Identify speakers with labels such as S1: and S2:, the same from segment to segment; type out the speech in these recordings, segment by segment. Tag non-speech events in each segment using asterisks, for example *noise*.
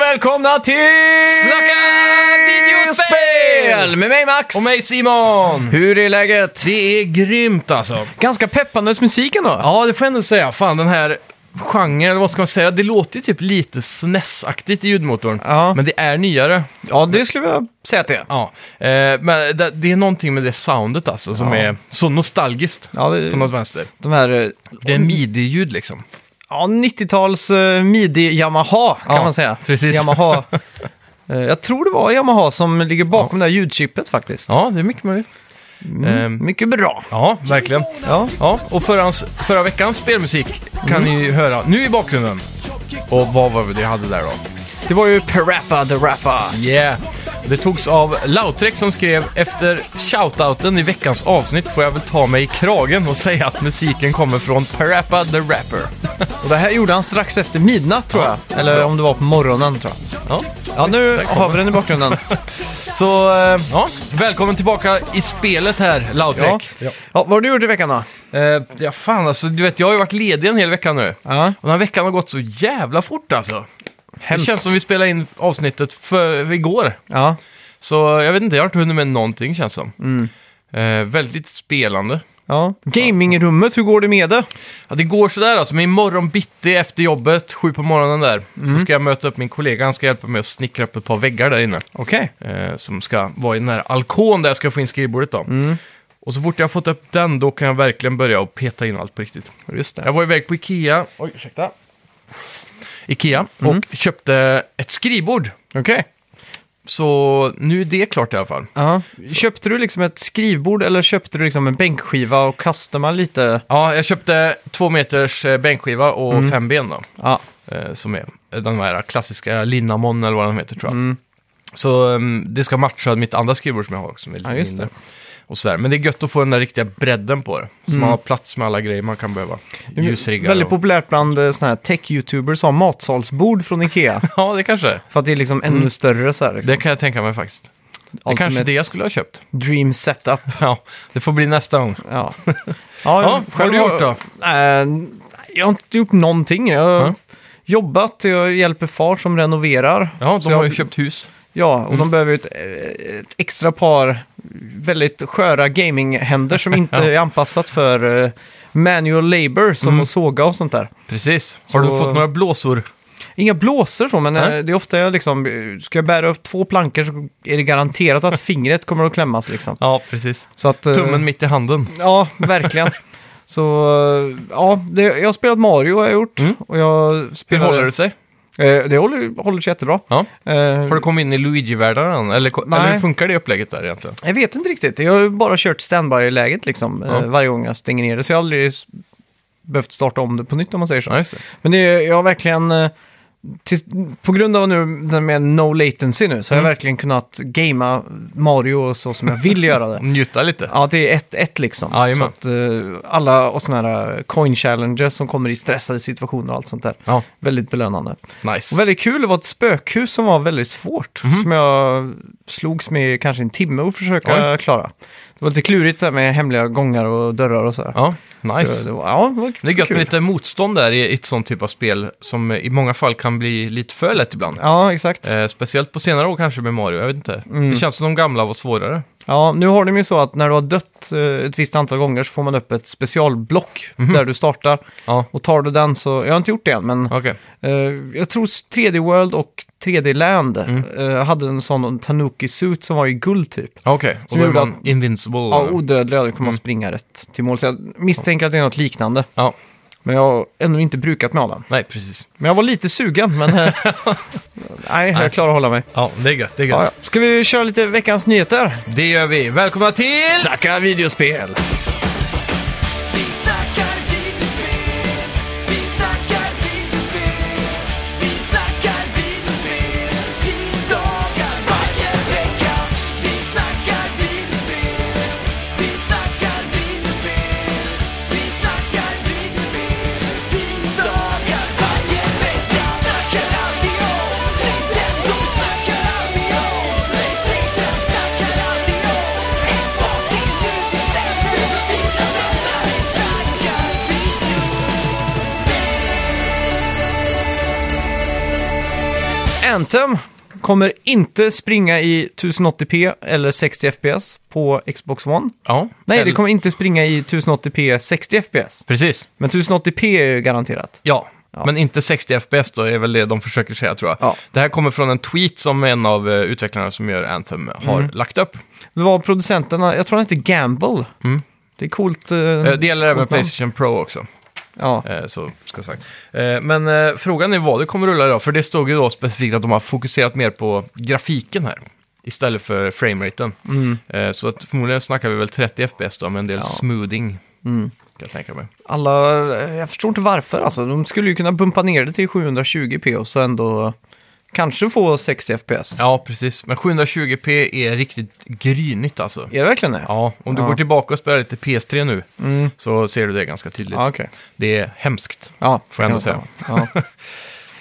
S1: välkomna till
S2: Snacka videospel!
S1: med mig Max!
S2: Och mig Simon!
S1: Hur är läget?
S2: Det är grymt alltså.
S1: Ganska peppandes musiken då.
S2: Ja, det får jag ändå säga. Fan, den här genren, eller vad ska man säga? Det låter ju typ lite SNES-aktigt i ljudmotorn.
S1: Ja.
S2: Men det är nyare.
S1: Ja, det skulle jag säga att det är.
S2: Ja. Eh, men det, det är någonting med det soundet alltså som
S1: Ja.
S2: är så nostalgiskt.
S1: Ja,
S2: På
S1: det,
S2: något vänster.
S1: de här eh,
S2: Det är midi-ljud liksom.
S1: ja, 90-tals eh, midi-Yamaha kan
S2: Ja,
S1: man säga.
S2: precis. *laughs*
S1: Yamaha. Eh, Jag tror det var Yamaha som ligger bakom det här ljudchippet faktiskt.
S2: Ja, det är mycket möjligt. Ehm,
S1: Mycket bra.
S2: ja, verkligen.
S1: Ja.
S2: Ja, Mm. och förra, förra veckans spelmusik kan ni ju höra nu i bakgrunden. Och vad var det jag hade där då?
S1: Det var ju Parappa the Rappa.
S2: Yeah! Det togs av Lautrec som skrev efter shoutouten i veckans avsnitt får jag väl ta mig i kragen och säga att musiken kommer från Parappa the Rapper.
S1: Och det här gjorde han strax efter midnatt tror
S2: Ja.
S1: jag. Eller om det var på morgonen tror jag.
S2: Ja,
S1: Ja, nu
S2: kommer
S1: har vi den i
S2: *laughs*
S1: bakgrunden.
S2: så eh, ja, välkommen tillbaka i spelet här
S1: Ja.
S2: Lautrec.
S1: Ja. vad har du gjort i veckan då?
S2: Eh, ja, fan alltså, du vet jag har ju varit ledig en hel vecka nu.
S1: Ja.
S2: Och den här veckan har gått så jävla fort alltså. Det känns som vi spelade in avsnittet för, för igår.
S1: Ja.
S2: Så jag vet inte, jag har inte hunnit med någonting känns som. Eh, väldigt spelande.
S1: ja. Gamingrummet, hur går det med det?
S2: Ja, det går sådär alltså, men imorgon bitti efter jobbet, sju på morgonen där,
S1: Mm.
S2: så ska jag möta upp min kollega. Han ska hjälpa mig att snickra upp ett par väggar där inne.
S1: Okej.
S2: Eh, som ska vara i den här alkon där jag ska få in skrivbordet då.
S1: Mm.
S2: Och så fort jag har fått upp den, då kan jag verkligen börja och peta in allt på riktigt.
S1: Just
S2: Jag
S1: det.
S2: var iväg på Ikea, oj ursäkta. Ikea,
S1: Mm.
S2: och köpte ett skrivbord.
S1: Okej.
S2: Så nu är det klart i alla fall.
S1: Ja. Köpte du liksom ett skrivbord eller köpte du liksom en bänkskiva och kastade man lite?
S2: Ja, jag köpte två meters eh, bänkskiva och
S1: Mm.
S2: fem ben då.
S1: Ja.
S2: Eh, som är den här klassiska Linnamon eller vad den heter tror jag.
S1: Mm.
S2: Så ehm, det ska matcha mitt andra skrivbord som jag har som är lite
S1: Ja, just
S2: mindre. Och sådär. Men det är gött att få den där riktiga bredden på det. Så man har plats med alla grejer man kan behöva. Ljusriggar
S1: Mm. Väldigt
S2: och...
S1: populärt bland eh, såna här tech-youtubers som har matsalsbord från *laughs* Ikea.
S2: Ja, det kanske är.
S1: för att det är liksom ännu större så här. Liksom.
S2: Det kan jag tänka mig faktiskt. Det
S1: Ultimate
S2: kanske är det jag skulle ha köpt. *laughs*
S1: Dream setup.
S2: Ja, det får bli nästa gång.
S1: *laughs* Ja. ja,
S2: Ja, vad har du gjort då?
S1: Eh, jag har inte gjort någonting. Jag har
S2: Ja.
S1: jobbat, jag hjälper far som renoverar.
S2: Ja,
S1: Så
S2: de har
S1: jag-
S2: ju köpt hus.
S1: Ja, och
S2: Mm.
S1: de behöver ju ett, eh, ett extra par väldigt sköra gaminghänder som
S2: *laughs*
S1: inte är anpassat för eh, manual labor som
S2: Mm.
S1: att såga och sånt där.
S2: Precis. Har du
S1: Så-
S2: fått några blåsor?
S1: Inga blåsor så, men eh,
S2: Nej.
S1: det är ofta jag liksom, eh, ska jag bära upp två plankor så är det garanterat att fingret kommer att klämmas liksom.
S2: Ja, precis.
S1: Så att, eh,
S2: Tummen mitt i handen.
S1: Ja, verkligen. Så eh, ja, det, jag har spelat Mario har jag gjort.
S2: Mm.
S1: Och jag
S2: Hur
S1: spelar,
S2: håller det sig?
S1: Eh, det håller, håller sig jättebra.
S2: Ja.
S1: Eh,
S2: Har du kommit in i Luigi-världen än? Eller, ko-
S1: Nej.
S2: eller hur funkar det upplägget där egentligen?
S1: Jag vet inte riktigt. Jag har ju bara kört standby-läget liksom eh,
S2: Ja.
S1: varje gång jag stänger ner det. Så jag har aldrig s- behövt starta om det på nytt om man säger så.
S2: Ja, just det.
S1: Men det, är- jag har verkligen, eh, tills- på grund av nu den med no latency nu, så har jag
S2: Mm.
S1: verkligen kunnat gamea Mario så som jag vill göra
S2: *laughs*
S1: det.
S2: Njuta lite.
S1: Ja, det är 1-1 liksom.
S2: Jajamän.
S1: så att eh, alla och sådana här coin challenges som kommer i stressade situationer och allt sånt där.
S2: Ja,
S1: Väldigt belönande. Och
S2: nice.
S1: väldigt kul, det var ett spökhus som var väldigt svårt.
S2: Mhm.
S1: Som jag slogs med i kanske en timme att försöka klara. Det var lite klurigt där med hemliga gångar och dörrar och sådär.
S2: Ja,
S1: Så
S2: nice.
S1: Det var, ja, det var
S2: Det är gött
S1: kul.
S2: med lite motstånd där i ett sånt typ av spel som i många fall kan bli lite för lätt ibland.
S1: Ja, Mm. exakt.
S2: Eh, speciellt på senare år kanske med Mario, jag vet inte. Det känns som de gamla var svårare.
S1: Ja, nu har de ju så att när du har dött eh, ett visst antal gånger så får man upp ett specialblock
S2: Mhm.
S1: där du startar.
S2: Ja,
S1: Och tar du den så, jag har inte gjort det än, men
S2: okej.
S1: Eh, jag tror 3D World och 3D Land
S2: Mm.
S1: eh, hade en sån Tanuki-suit som var i guld typ.
S2: Okej, och
S1: Som
S2: då är
S1: gjorde
S2: man invincible.
S1: Ja,
S2: Ja,
S1: odödlig, då kommer man springa rätt till mål. Så jag misstänker att det är något liknande. Men jag har ännu inte brukat mig av den.
S2: nej precis.
S1: Men jag var lite sugen, men... *laughs* eh, nej, jag klarar att hålla mig.
S2: Ja, det är gött, det är gött.
S1: Ja, ja. Ska vi köra lite veckans nyheter?
S2: Det gör vi. Välkomna till...
S1: Snacka videospel!
S3: Vi snackar videospel, vi snackar videospel, vi snackar videospel, tisdagar varje vecka. Vi snackar videospel, vi snackar videospel, vi snackar videospel, tisdagar varje vecka. Snackar alltid om Nintendo, snackar alltid om Playstation, snackar alltid om Xbox till nu december.
S1: Anthem kommer inte springa i 1080p eller 60 fps på Xbox One.
S2: Ja.
S1: Nej, det
S2: Eller-
S1: kommer inte springa i 1080p 60 fps.
S2: Precis.
S1: Men 1080p är ju garanterat.
S2: Ja. Men inte 60 FPS då, är väl det de försöker säga tror jag.
S1: Ja.
S2: Det här kommer från en tweet som en av eh, utvecklarna som gör Anthem har
S1: Mm.
S2: lagt upp.
S1: Det var producenterna, jag tror han hette Gamble. Det är coolt. Mm. eh,
S2: Eh, Det gäller även
S1: coolt namn.
S2: Playstation Pro också.
S1: Ja.
S2: Eh, Så ska sagt. Eh, Men eh, frågan är vad det kommer rulla idag, för det stod ju då specifikt att de har fokuserat mer på grafiken här. Istället för frameraten.
S1: Mm.
S2: Eh, Så att förmodligen snackar vi väl 30 FPS då, med en del smoothing.
S1: Mm.
S2: Kan jag tänka mig.
S1: Alla, jag förstår inte varför alltså. De skulle ju kunna bumpa ner det till 720p och så ändå kanske få 60 fps.
S2: Ja, precis. Men 720p är riktigt grynigt alltså.
S1: Är det verkligen det?
S2: Ja, om du
S1: Ja. Mm.
S2: går tillbaka och spelar lite PS3 nu så ser du det ganska tydligt.
S1: Ja, okej.
S2: Det är hemskt.
S1: Ja,
S2: Får jag ändå
S1: kan stämma. Ja.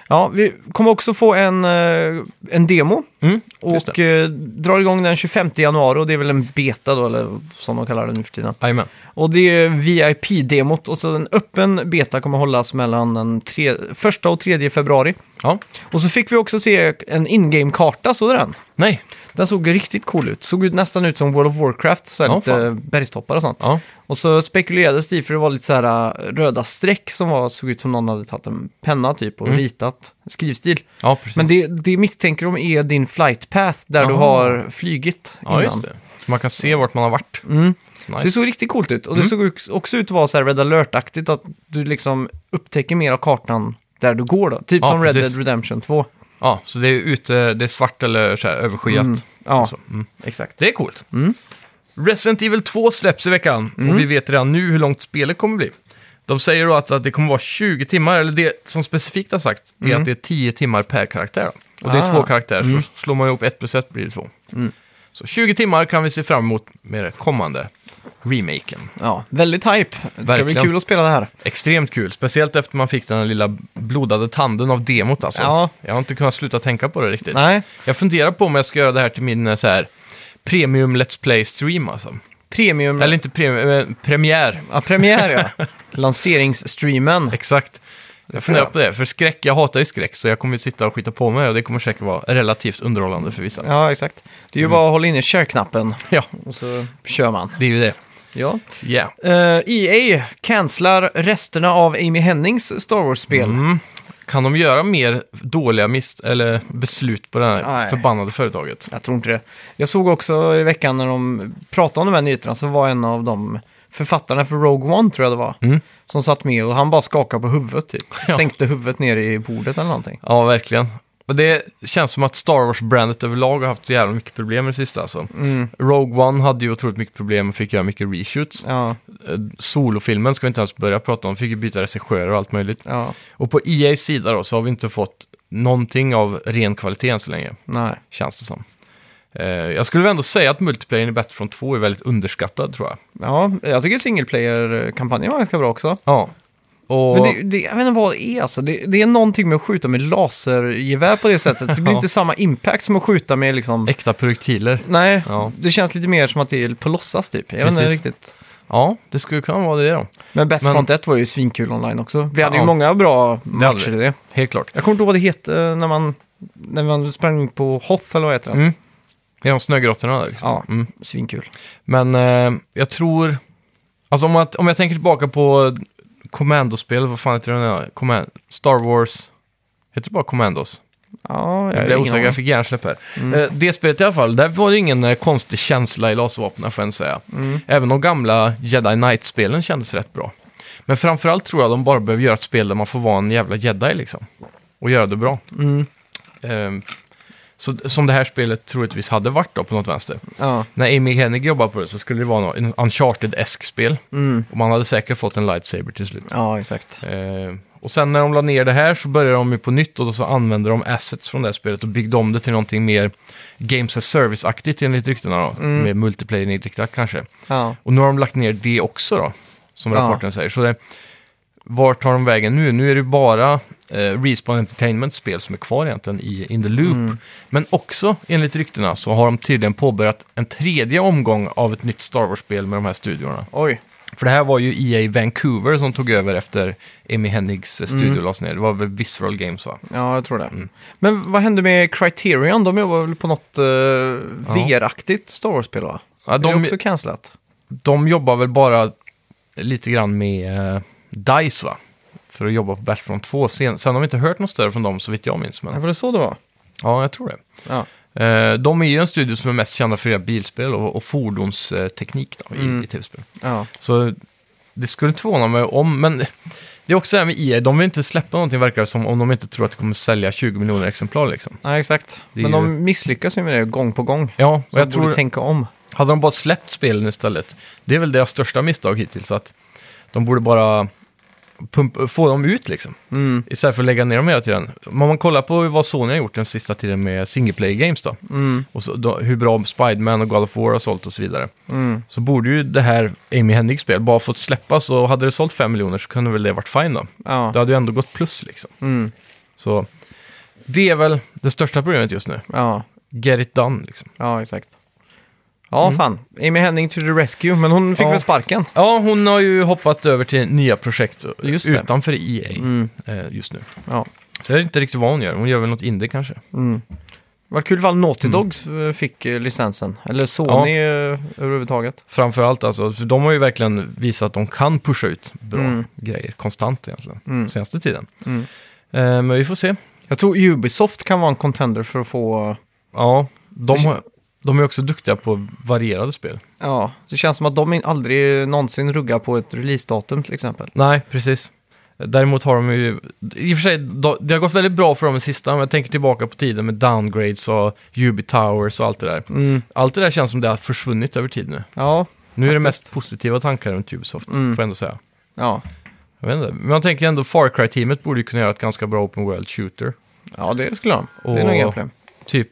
S1: ja, vi kommer också få en, eh, en demo
S2: Mm, just
S1: och eh, drar igång den 25 januari och det är väl en beta då, eller som de kallar det nu för tiden.
S2: Jajamän.
S1: Och det är VIP-demot och så en öppen beta kommer hållas mellan den tre, första och tredje februari.
S2: Ja.
S1: Och så fick vi också se en in-game-karta, såg du den?
S2: Nej.
S1: Den såg riktigt cool ut. Såg ut nästan ut som World of Warcraft, så här
S2: Ja,
S1: lite
S2: fan.
S1: bergstoppar och sånt.
S2: Ja.
S1: Och så spekulerades det i, för det var lite så här äh, röda streck som var, såg ut som någon hade tagit en penna typ och ritat skrivstil.
S2: ja, Mm. precis.
S1: Men det, det misstänker de är din flight path där du
S2: Jaha.
S1: har flygit innan. Mm.
S2: Ja, just det. Så man kan se vart man har varit. Nice. Mm.
S1: Så det såg riktigt coolt ut. Och det såg ux- också ut att vara så här Red Alert-aktigt, att du liksom upptäcker mer av kartan där du går då. Typ
S2: Ja,
S1: som Red
S2: precis.
S1: Dead Redemption 2.
S2: Ja, så det är ute, det är svart eller så här, överskyat.
S1: Ja,
S2: Och så. Mm.
S1: exakt. Mm.
S2: Det är coolt. Resident Evil 2 släpps i veckan och vi vet redan nu hur långt spelet kommer bli. De säger då att, att det kommer vara 20 timmar, eller det som specifikt har sagt är att det är 10 timmar per karaktär. Och det
S1: Mm.
S2: är
S1: Ah. Mm.
S2: två karaktärer, så slår man ihop ett plus ett blir det två. Så 20 timmar kan vi se fram emot med det kommande remaken.
S1: Ja, väldigt hype. Det ska bli
S2: Verkligen.
S1: kul att spela det här.
S2: Extremt kul, speciellt efter man fick den här lilla blodade tanden av demot alltså.
S1: Ja.
S2: Jag har inte kunnat sluta tänka på det riktigt.
S1: Nej,
S2: Jag funderar på om jag ska göra det här till min eh, så här, premium Let's Play-stream alltså.
S1: Mm. premium...
S2: Eller inte premium, eh, premiär.
S1: Ja, premiär ja. *laughs* Lanseringsstreamen.
S2: Exakt. Jag funderar på det, för skräck, jag hatar ju skräck, så jag kommer ju sitta och skita på mig och det kommer säkert vara relativt underhållande för vissa.
S1: Ja, exakt. Det är ju bara att hålla inne share-knappen
S2: *laughs* Ja,
S1: och så kör man.
S2: det är ju det.
S1: Ja.
S2: Yeah.
S1: Eh, EA cancelar resterna av Amy Hennings Star Wars-spel.
S2: Kan de göra mer dåliga mist eller beslut på det här
S1: Nej.
S2: förbannade företaget?
S1: Jag tror inte det. Jag såg också i veckan när de pratade om de här nyheterna så var en av de författarna för Rogue One tror jag det var. Som satt med och han bara skakade på huvudet *laughs* typ.
S2: Ja.
S1: Sänkte huvudet ner i bordet eller någonting.
S2: Ja, verkligen. Och det känns som att Star Wars-brandet överlag har haft så jävla mycket problem med det sista alltså.
S1: Mm.
S2: Rogue One hade ju otroligt mycket problem och fick göra mycket reshoots.
S1: Ja,
S2: Eh, Solofilmen ska vi inte ens börja prata om, fick ju byta regissörer och allt möjligt.
S1: ja,
S2: Och på EAs sida då så har vi inte fått någonting av ren kvalitet än så länge,
S1: nej.
S2: känns det som. Eh, jag skulle väl ändå säga att multiplayern i Battlefront 2 är väldigt underskattad tror jag.
S1: Ja, jag tycker single player-kampanjen var ganska bra också.
S2: Ja. Och...
S1: Men det, det, jag vet inte vad det är alltså. Det, det är någonting med att skjuta med lasergevär på det sättet. Det blir
S2: *laughs* Ja.
S1: inte samma impact som att skjuta med liksom...
S2: Äkta projektiler.
S1: Nej,
S2: Ja.
S1: det känns lite mer som att det är på låtsas typ. Jag vet inte
S2: Precis.
S1: riktigt.
S2: Ja, det skulle kunna vara det då.
S1: Men Battlefront 1 var ju svinkul online också. Vi hade
S2: Ja.
S1: ju många bra matcher
S2: hade
S1: i det.
S2: Helt klart.
S1: Jag kommer inte ihåg vad det hette när man, när man sprang in på Hoth eller vad heter den?
S2: Mm. Det är de snögrottorna där. Liksom.
S1: Ja,
S2: Mm.
S1: svinkul.
S2: Men eh, jag tror... Alltså om, man, om jag tänker tillbaka på Commando-spel, vad fan heter den? där? Command... Star Wars... Heter det bara Commandos?
S1: Ja,
S2: Jag
S1: har
S2: blev
S1: ingen
S2: osäker, jag
S1: aning. Mm.
S2: fick hjärnsläpp här. Eh, Det spelet i alla fall, där var det ingen eh, konstig känsla i laservapnen får jag ändå säga.
S1: Mm.
S2: Även de gamla Jedi Knight-spelen kändes rätt bra. Men framförallt tror jag de bara behöver göra ett spel där man får vara en jävla jedi liksom. Och göra det bra.
S1: Mm.
S2: Eh, Så, som det här spelet troligtvis hade varit då på något vänster.
S1: Ja,
S2: När Amy Hennig jobbade på det så skulle det vara nå- en Uncharted-esk spel. Och man hade säkert fått en lightsaber till slut.
S1: mm. ja, exakt.
S2: Eh, och sen när de la ner det här så började de ju på nytt och då så använde de assets från det här spelet och byggde om det till någonting mer Games as Service-aktigt enligt ryktena då. Mer multiplayer-inriktat kanske.
S1: Ja.
S2: Och nu har de lagt ner det också då, som
S1: Ja.
S2: rapporten säger. Så det, vart tar de vägen nu? Nu är det bara eh, Respawn Entertainments spel som är kvar egentligen i In the Loop.
S1: Mm.
S2: Men också, enligt ryktena, så har de tydligen påbörjat en tredje omgång av ett nytt Star Wars-spel med de här studiorna.
S1: Oj.
S2: För det här var ju EA Vancouver som tog över efter Amy Hennigs eh,
S1: Mm.
S2: studio lades ner. Det var väl Visceral Games va?
S1: Ja, jag tror det.
S2: Mm.
S1: Men vad hände med Criterion? De jobbar väl på något eh, VR-aktigt Star Wars-spel, va?
S2: Ja,
S1: Är det
S2: de,
S1: också cancelat?
S2: de jobbar väl bara lite grann med eh, DICE va? För att jobba på Battlefront 2. Sen, sen har vi inte hört något större från dem så vitt jag minns. Men,
S1: Ja, var det så det var?
S2: ja, jag tror det.
S1: Ja.
S2: Eh, de är ju en studio som är mest kända för era bilspel och, och fordonsteknik då, i, i tv-spel.
S1: ja.
S2: Så det skulle inte förvåna mig om, men det är också det här med EA, de vill inte släppa någonting verkar det som om de inte tror att det kommer sälja 20 miljoner exemplar liksom.
S1: Nej, exakt.
S2: Det är
S1: Men
S2: ju-
S1: de misslyckas ju med det gång på gång.
S2: Ja, och
S1: Så
S2: jag
S1: jag
S2: tror,
S1: borde tänka om.
S2: hade de bara släppt spelen istället, det är väl deras största misstag hittills, att de borde bara pump, få dem ut liksom.
S1: Mm.
S2: Istället för att lägga ner dem hela tiden. Om man kollar på vad Sony har gjort den sista tiden med single player games då,
S1: Mm.
S2: och så, då, hur bra Spiderman och God of War har sålt och så vidare,
S1: Mm.
S2: så borde ju det här Amy Hennigs spel bara fått släppas och hade det sålt 5 miljoner så kunde väl det varit fine då.
S1: Ja.
S2: Det hade ju ändå gått plus liksom.
S1: Mm.
S2: Så det är väl det största problemet just nu.
S1: ja,
S2: Get it done liksom.
S1: ja, exakt. Ja, fan. Amy Henning to the rescue, men hon fick
S2: Mm. Ja.
S1: väl sparken?
S2: Ja, hon har ju hoppat över till nya projekt
S1: Just det. Mm.
S2: utanför EA eh, just nu.
S1: Ja.
S2: Så jag vet inte riktigt vad hon gör. Hon gör väl något indie kanske.
S1: Mm. Vad kul ifall Naughty
S2: Mm.
S1: Dogs eh, fick eh, licensen. Eller Sony eh, överhuvudtaget.
S2: Framförallt alltså, för de har ju verkligen visat att de kan pusha ut bra
S1: Mm.
S2: grejer konstant egentligen,
S1: Mm.
S2: senaste tiden.
S1: Mm.
S2: Eh, men vi får se.
S1: Jag tror Ubisoft kan vara en contender för att få...
S2: Ja, de,
S1: Det-
S2: har, de är också duktiga på varierade spel.
S1: Ja, det känns som att de in- aldrig någonsin ruggar på ett releasedatum till exempel.
S2: Nej, precis. Däremot har de ju, i och för sig, då- det har gått väldigt bra för dem i sista, men jag tänker tillbaka på tiden med downgrades och Ubi Towers och allt det där.
S1: Mm.
S2: Allt det där känns som det har försvunnit över tid nu.
S1: Ja,
S2: Nu är det
S1: Faktiskt.
S2: mest positiva tankar runt Ubisoft,
S1: Mm.
S2: får jag ändå säga.
S1: ja.
S2: Jag vet inte, men jag tänker ändå Far Cry-teamet borde ju kunna göra ett ganska bra Open World Shooter.
S1: ja, det skulle de. Det är nog
S2: Och-
S1: inga problem.
S2: Typ,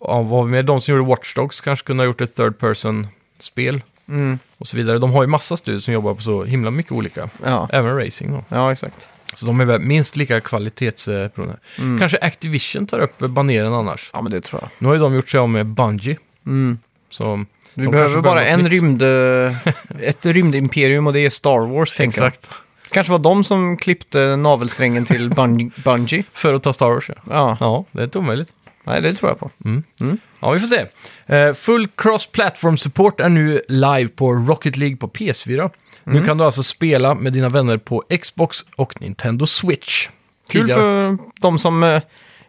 S2: ja, vad har vi med de som gjorde Watch Dogs kanske kunde ha gjort ett third person-spel
S1: Mm.
S2: och så vidare. De har ju massa studier som jobbar på så himla mycket olika,
S1: Ja.
S2: även racing då.
S1: ja, exakt.
S2: Så de är väl minst lika kvalitetsberoende.
S1: Mm.
S2: Kanske Activision tar upp baneren annars.
S1: Ja, men det tror jag.
S2: Nu har ju de gjort sig av med Bungie.
S1: Mm.
S2: Så
S1: Vi
S2: De kanske
S1: behöver bara
S2: behöver
S1: en
S2: något nytt.
S1: rymd, eh, *laughs* ett rymdimperium och det är Star Wars, tänker jag. kanske var de som klippte navelsträngen *laughs* till Bung- Bungie.
S2: För att ta Star Wars ja.
S1: Ja,
S2: Ja, det är inte omöjligt.
S1: nej, det tror jag på.
S2: Ja, vi får se. Eh, full cross-platform support är nu live på Rocket League på PS4.
S1: Mm.
S2: Nu kan du alltså spela med dina vänner på Xbox och Nintendo Switch.
S1: Kul
S2: Tidigare-
S1: för de som... eh,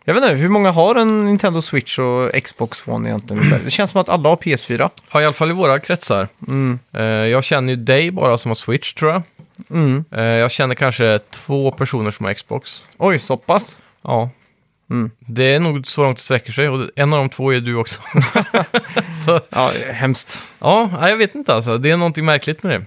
S1: Jag vet inte, hur många har en Nintendo Switch och Xbox One *clears throat* egentligen? Det känns som att alla har PS4.
S2: Ja, i alla fall i våra kretsar. Eh, jag känner ju dig bara som har Switch tror jag.
S1: Mm.
S2: Eh, jag känner kanske två personer som har Xbox.
S1: Oj, så pass?
S2: Ja.
S1: Mm.
S2: Det är nog så långt det sträcker sig och en av de två är du också. så,
S1: Ja, det är hemskt.
S2: ja, nej, jag vet inte alltså. Det är någonting märkligt med det.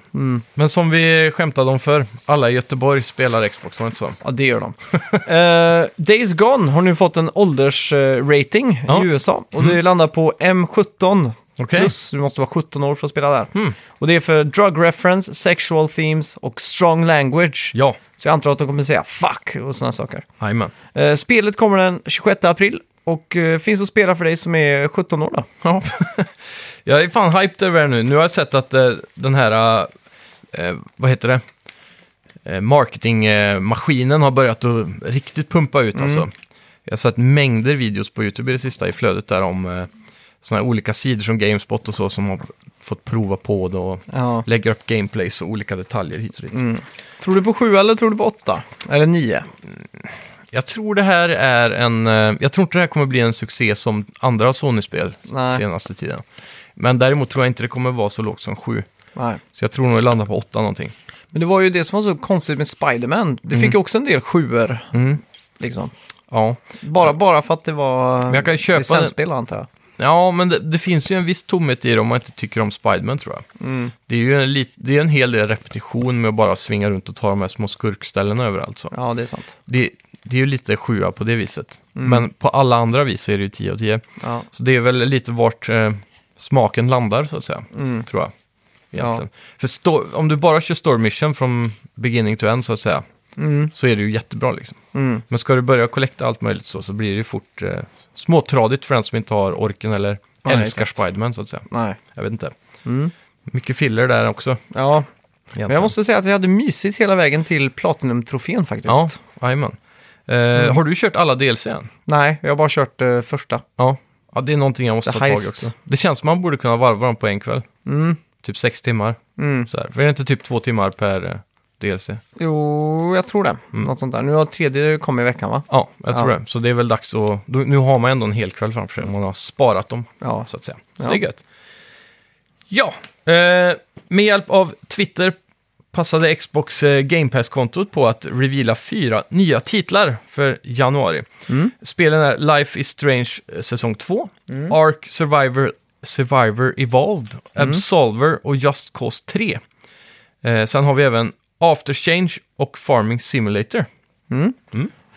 S2: Men som vi skämtade om för alla i Göteborg spelar Xbox, var det inte så?
S1: Ja, det gör de. *laughs* Eh, Days Gone har nu fått en åldersrating
S2: Ja. Mm.
S1: i USA. Och det landar på M17.
S2: Okej.
S1: Plus, du måste vara 17 år för att spela där.
S2: Mm.
S1: Och det är för drug reference, sexual themes och strong language.
S2: Ja,
S1: Så jag antar att de kommer säga 'fuck' och sådana saker.
S2: jajamän. *laughs*
S1: Eh, spelet kommer den 26 april och eh, finns att spela för dig som är 17 år då.
S2: Ja. jag är fan hyped över det nu. Nu har jag sett att eh, den här, eh, vad heter det, eh, marketingmaskinen har börjat att riktigt pumpa ut alltså. Jag har sett mängder videos på YouTube i det sista i flödet där om eh, sådana här olika sidor som Gamespot och så som har fått prova på det och
S1: Ja.
S2: lägger upp gameplays och olika detaljer hit och dit.
S1: Tror du på 7 eller tror du på 8? Eller 9?
S2: Jag tror det här är en... eh, Jag tror inte det här kommer bli en succé som andra Sony-spel
S1: Nej.
S2: senaste tiden. Men däremot tror jag inte det kommer vara så lågt som sju.
S1: Nej.
S2: Så jag tror nog det landar på åtta någonting.
S1: Men det var ju det som var så konstigt med Spider-Man. Det fick ju också en del 7
S2: Mm.
S1: liksom.
S2: Ja.
S1: Bara, bara för att det var
S2: jag kan ju köpa
S1: licensspel antar jag.
S2: ja, men det, det finns ju en viss tomhet i det om man inte tycker om Spiderman tror jag.
S1: Mm.
S2: Det är ju en, lit, det är en hel del repetition med att bara svinga runt och ta de här små skurkställena överallt. Så.
S1: Ja, det är sant.
S2: Det, det är ju lite sjua på det viset.
S1: Mm.
S2: Men på alla andra vis så är det ju 10 av 10.
S1: Ja.
S2: Så det är väl lite vart eh, smaken landar, så att säga.
S1: Mm.
S2: Tror jag. Egentligen. För sto- om du bara kör story mission från beginning to end, så att säga,
S1: Mm.
S2: så är det ju jättebra. Liksom.
S1: Mm.
S2: Men ska du börja kollekta allt möjligt så, så blir det ju fort eh, småtradigt för den som inte har orken eller
S1: Ja,
S2: älskar
S1: exakt.
S2: Spiderman, så att säga.
S1: Nej.
S2: Jag vet inte. Mycket filler där också.
S1: Ja, men jag
S2: egentligen.
S1: måste säga att jag hade mysigt hela vägen till Platinum-trofén faktiskt.
S2: Ja, jajamän. Eh,
S1: Mm.
S2: Har du kört alla DLC än?
S1: Nej, jag har bara kört eh, första.
S2: Ja. ja, det är någonting jag måste
S1: The
S2: ta tag i
S1: Heist.
S2: också. Det känns som man borde kunna varva dem på en kväll.
S1: Mm.
S2: Typ sex timmar.
S1: Mm.
S2: Så här. För är det inte typ två timmar per eh, DLC?
S1: Jo, jag tror det.
S2: Mm.
S1: Något sånt där. Nu har tredje kommit i veckan va?
S2: Ja, jag tror
S1: Ja.
S2: det. Så det är väl dags att... då- Nu har man ändå en hel kväll framför sig. Man har sparat dem,
S1: Ja.
S2: så att säga. Så
S1: Ja.
S2: det är gött. Ja, eh, med hjälp av Twitter passade Xbox eh, Game Pass-kontot på att reveala fyra nya titlar för januari.
S1: Mm.
S2: Spelen är Life is Strange eh, säsong 2, Ark Survivor, Survivor Evolved,
S1: Mm.
S2: Absolver och Just Cause 3. Eh, sen har vi även Afterchange och Farming Simulator. Mm.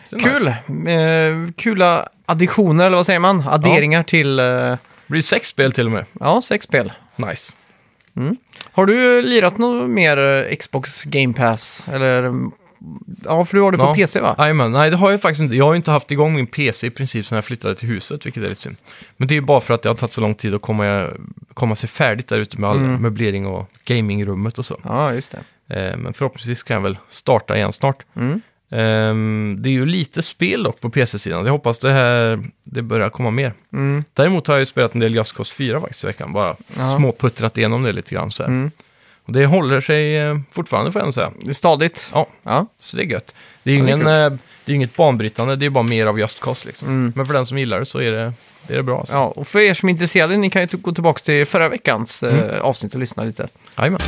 S2: Så nice.
S1: Kul! Eh, kula additioner, eller vad säger man? Adderingar till, eh,
S2: Det blir sex spel till och med.
S1: ja, sex spel.
S2: Nice.
S1: Har du lirat något mer eh, Xbox Game Pass? Eller, mm, ja, för du har det på
S2: Ja.
S1: PC va?
S2: Jajamän. Nej, det har jag faktiskt inte. Jag har ju inte haft igång min PC i princip sedan jag flyttade till huset, vilket är lite synd. Men det är ju bara för att det har tagit så lång tid att komma, komma sig färdigt där ute med all möblering och gamingrummet och så.
S1: Mm. Ja, just det.
S2: Eh, men förhoppningsvis kan jag väl starta igen snart.
S1: Mm.
S2: Ehm, det är ju lite spel dock på PC-sidan, så jag hoppas det här det börjar komma mer.
S1: Mm.
S2: Däremot har jag ju spelat en del Just Cause 4 faktiskt i veckan, bara
S1: Ja.
S2: småputtrat igenom det lite grann så här.
S1: Mm.
S2: Och det håller sig eh, fortfarande får jag ändå säga.
S1: Det är stadigt.
S2: Ja.
S1: Ja.
S2: Så det är gött. Det är, ju
S1: Ja, det är
S2: ingen, eh, det är ju inget banbrytande, det är bara mer av Just Cause liksom.
S1: Mm.
S2: Men för den som gillar det så är det, det, är det bra. Alltså.
S1: ja, och för er som är intresserade, ni kan ju t- gå tillbaka till förra veckans eh,
S2: Mm.
S1: avsnitt och lyssna lite.
S2: Jajamän.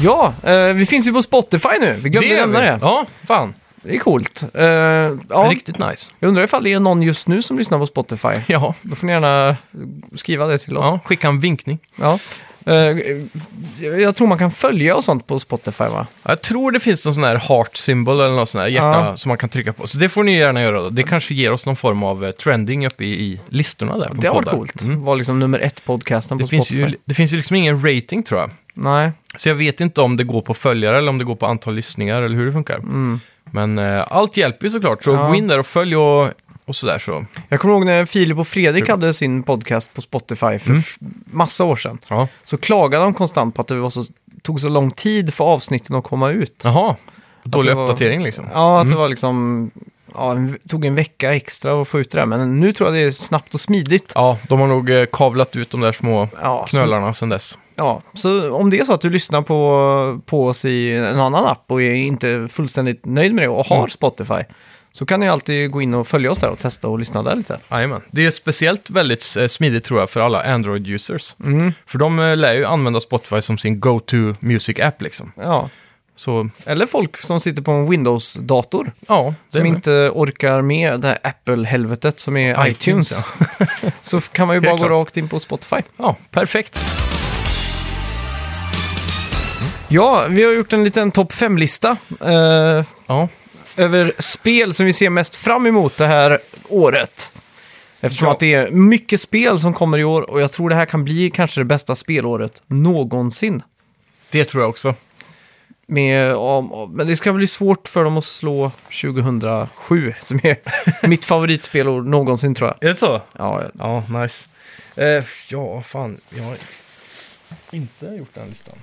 S1: Ja, eh, vi finns ju på Spotify nu. Vi glömde
S2: gör
S1: nämna
S2: vi.
S1: det.
S2: Ja, fan.
S1: Det är coolt. Eh, ja.
S2: Riktigt nice.
S1: Jag undrar ifall det är någon just nu som lyssnar på Spotify.
S2: Ja.
S1: Då får ni gärna skriva det till oss.
S2: ja, skicka en vinkning.
S1: Ja. Eh, jag tror man kan följa och sånt på Spotify va?
S2: Jag tror det finns någon sån här heart symbol eller något sån här hjärta
S1: Ja.
S2: som man kan trycka på. Så det får ni gärna göra då. Det kanske ger oss någon form av eh, trending uppe i, i listorna där. På
S1: Det var
S2: poddar. Mm.
S1: coolt. Var liksom nummer ett podcasten
S2: Det
S1: på
S2: finns,
S1: Spotify.
S2: ju, det finns ju liksom ingen rating tror jag.
S1: Nej,
S2: Så jag vet inte om det går på följare eller om det går på antal lyssningar eller hur det funkar. Men eh, allt hjälper ju såklart. Så
S1: Ja.
S2: gå in där och följ och, och sådär så.
S1: jag kommer ihåg när Filip och
S2: Mm.
S1: Fredrik hade sin podcast på Spotify för f- massa år sedan.
S2: Ja.
S1: Så klagade de konstant på att det var så, tog så lång tid för avsnitten att komma ut.
S2: Jaha, dålig
S1: det var-
S2: uppdatering liksom.
S1: Ja, att det var liksom, ja, en- tog en vecka extra att få ut det där. Men nu tror jag det är snabbt och smidigt.
S2: Ja, de har nog eh, kavlat ut de där små
S1: Ja, så-
S2: knölarna sedan dess.
S1: Ja, så om det är så att du lyssnar på, på oss i en annan app och är inte fullständigt nöjd med det och har
S2: Mm.
S1: Spotify så kan ni alltid gå in och följa oss där och testa och lyssna där lite.
S2: Jajamän. Det är speciellt väldigt eh, smidigt tror jag för alla Android-users. För de eh, lär ju använda Spotify som sin go-to music-app liksom.
S1: Ja.
S2: Så
S1: Eller folk som sitter på en Windows-dator
S2: ja, det
S1: som
S2: är
S1: inte orkar med det här Apple-helvetet som är
S2: iTunes,
S1: iTunes. *laughs* så kan man ju bara
S2: Helt
S1: gå
S2: klart.
S1: rakt in på Spotify.
S2: Ja, perfekt.
S1: Ja, vi har gjort en liten topp 5-lista eh,
S2: Ja,
S1: över spel som vi ser mest fram emot det här året. Eftersom
S2: Ja.
S1: att det är mycket spel som kommer i år och jag tror det här kan bli kanske det bästa spelåret någonsin.
S2: det tror jag också.
S1: Med, om, om- men det ska bli svårt för dem att slå 2007 som är *laughs* mitt favoritspelår någonsin tror jag.
S2: Är det så?
S1: Ja,
S2: Ja, nice. Eh, ja, fan. Jag har inte gjort den listan.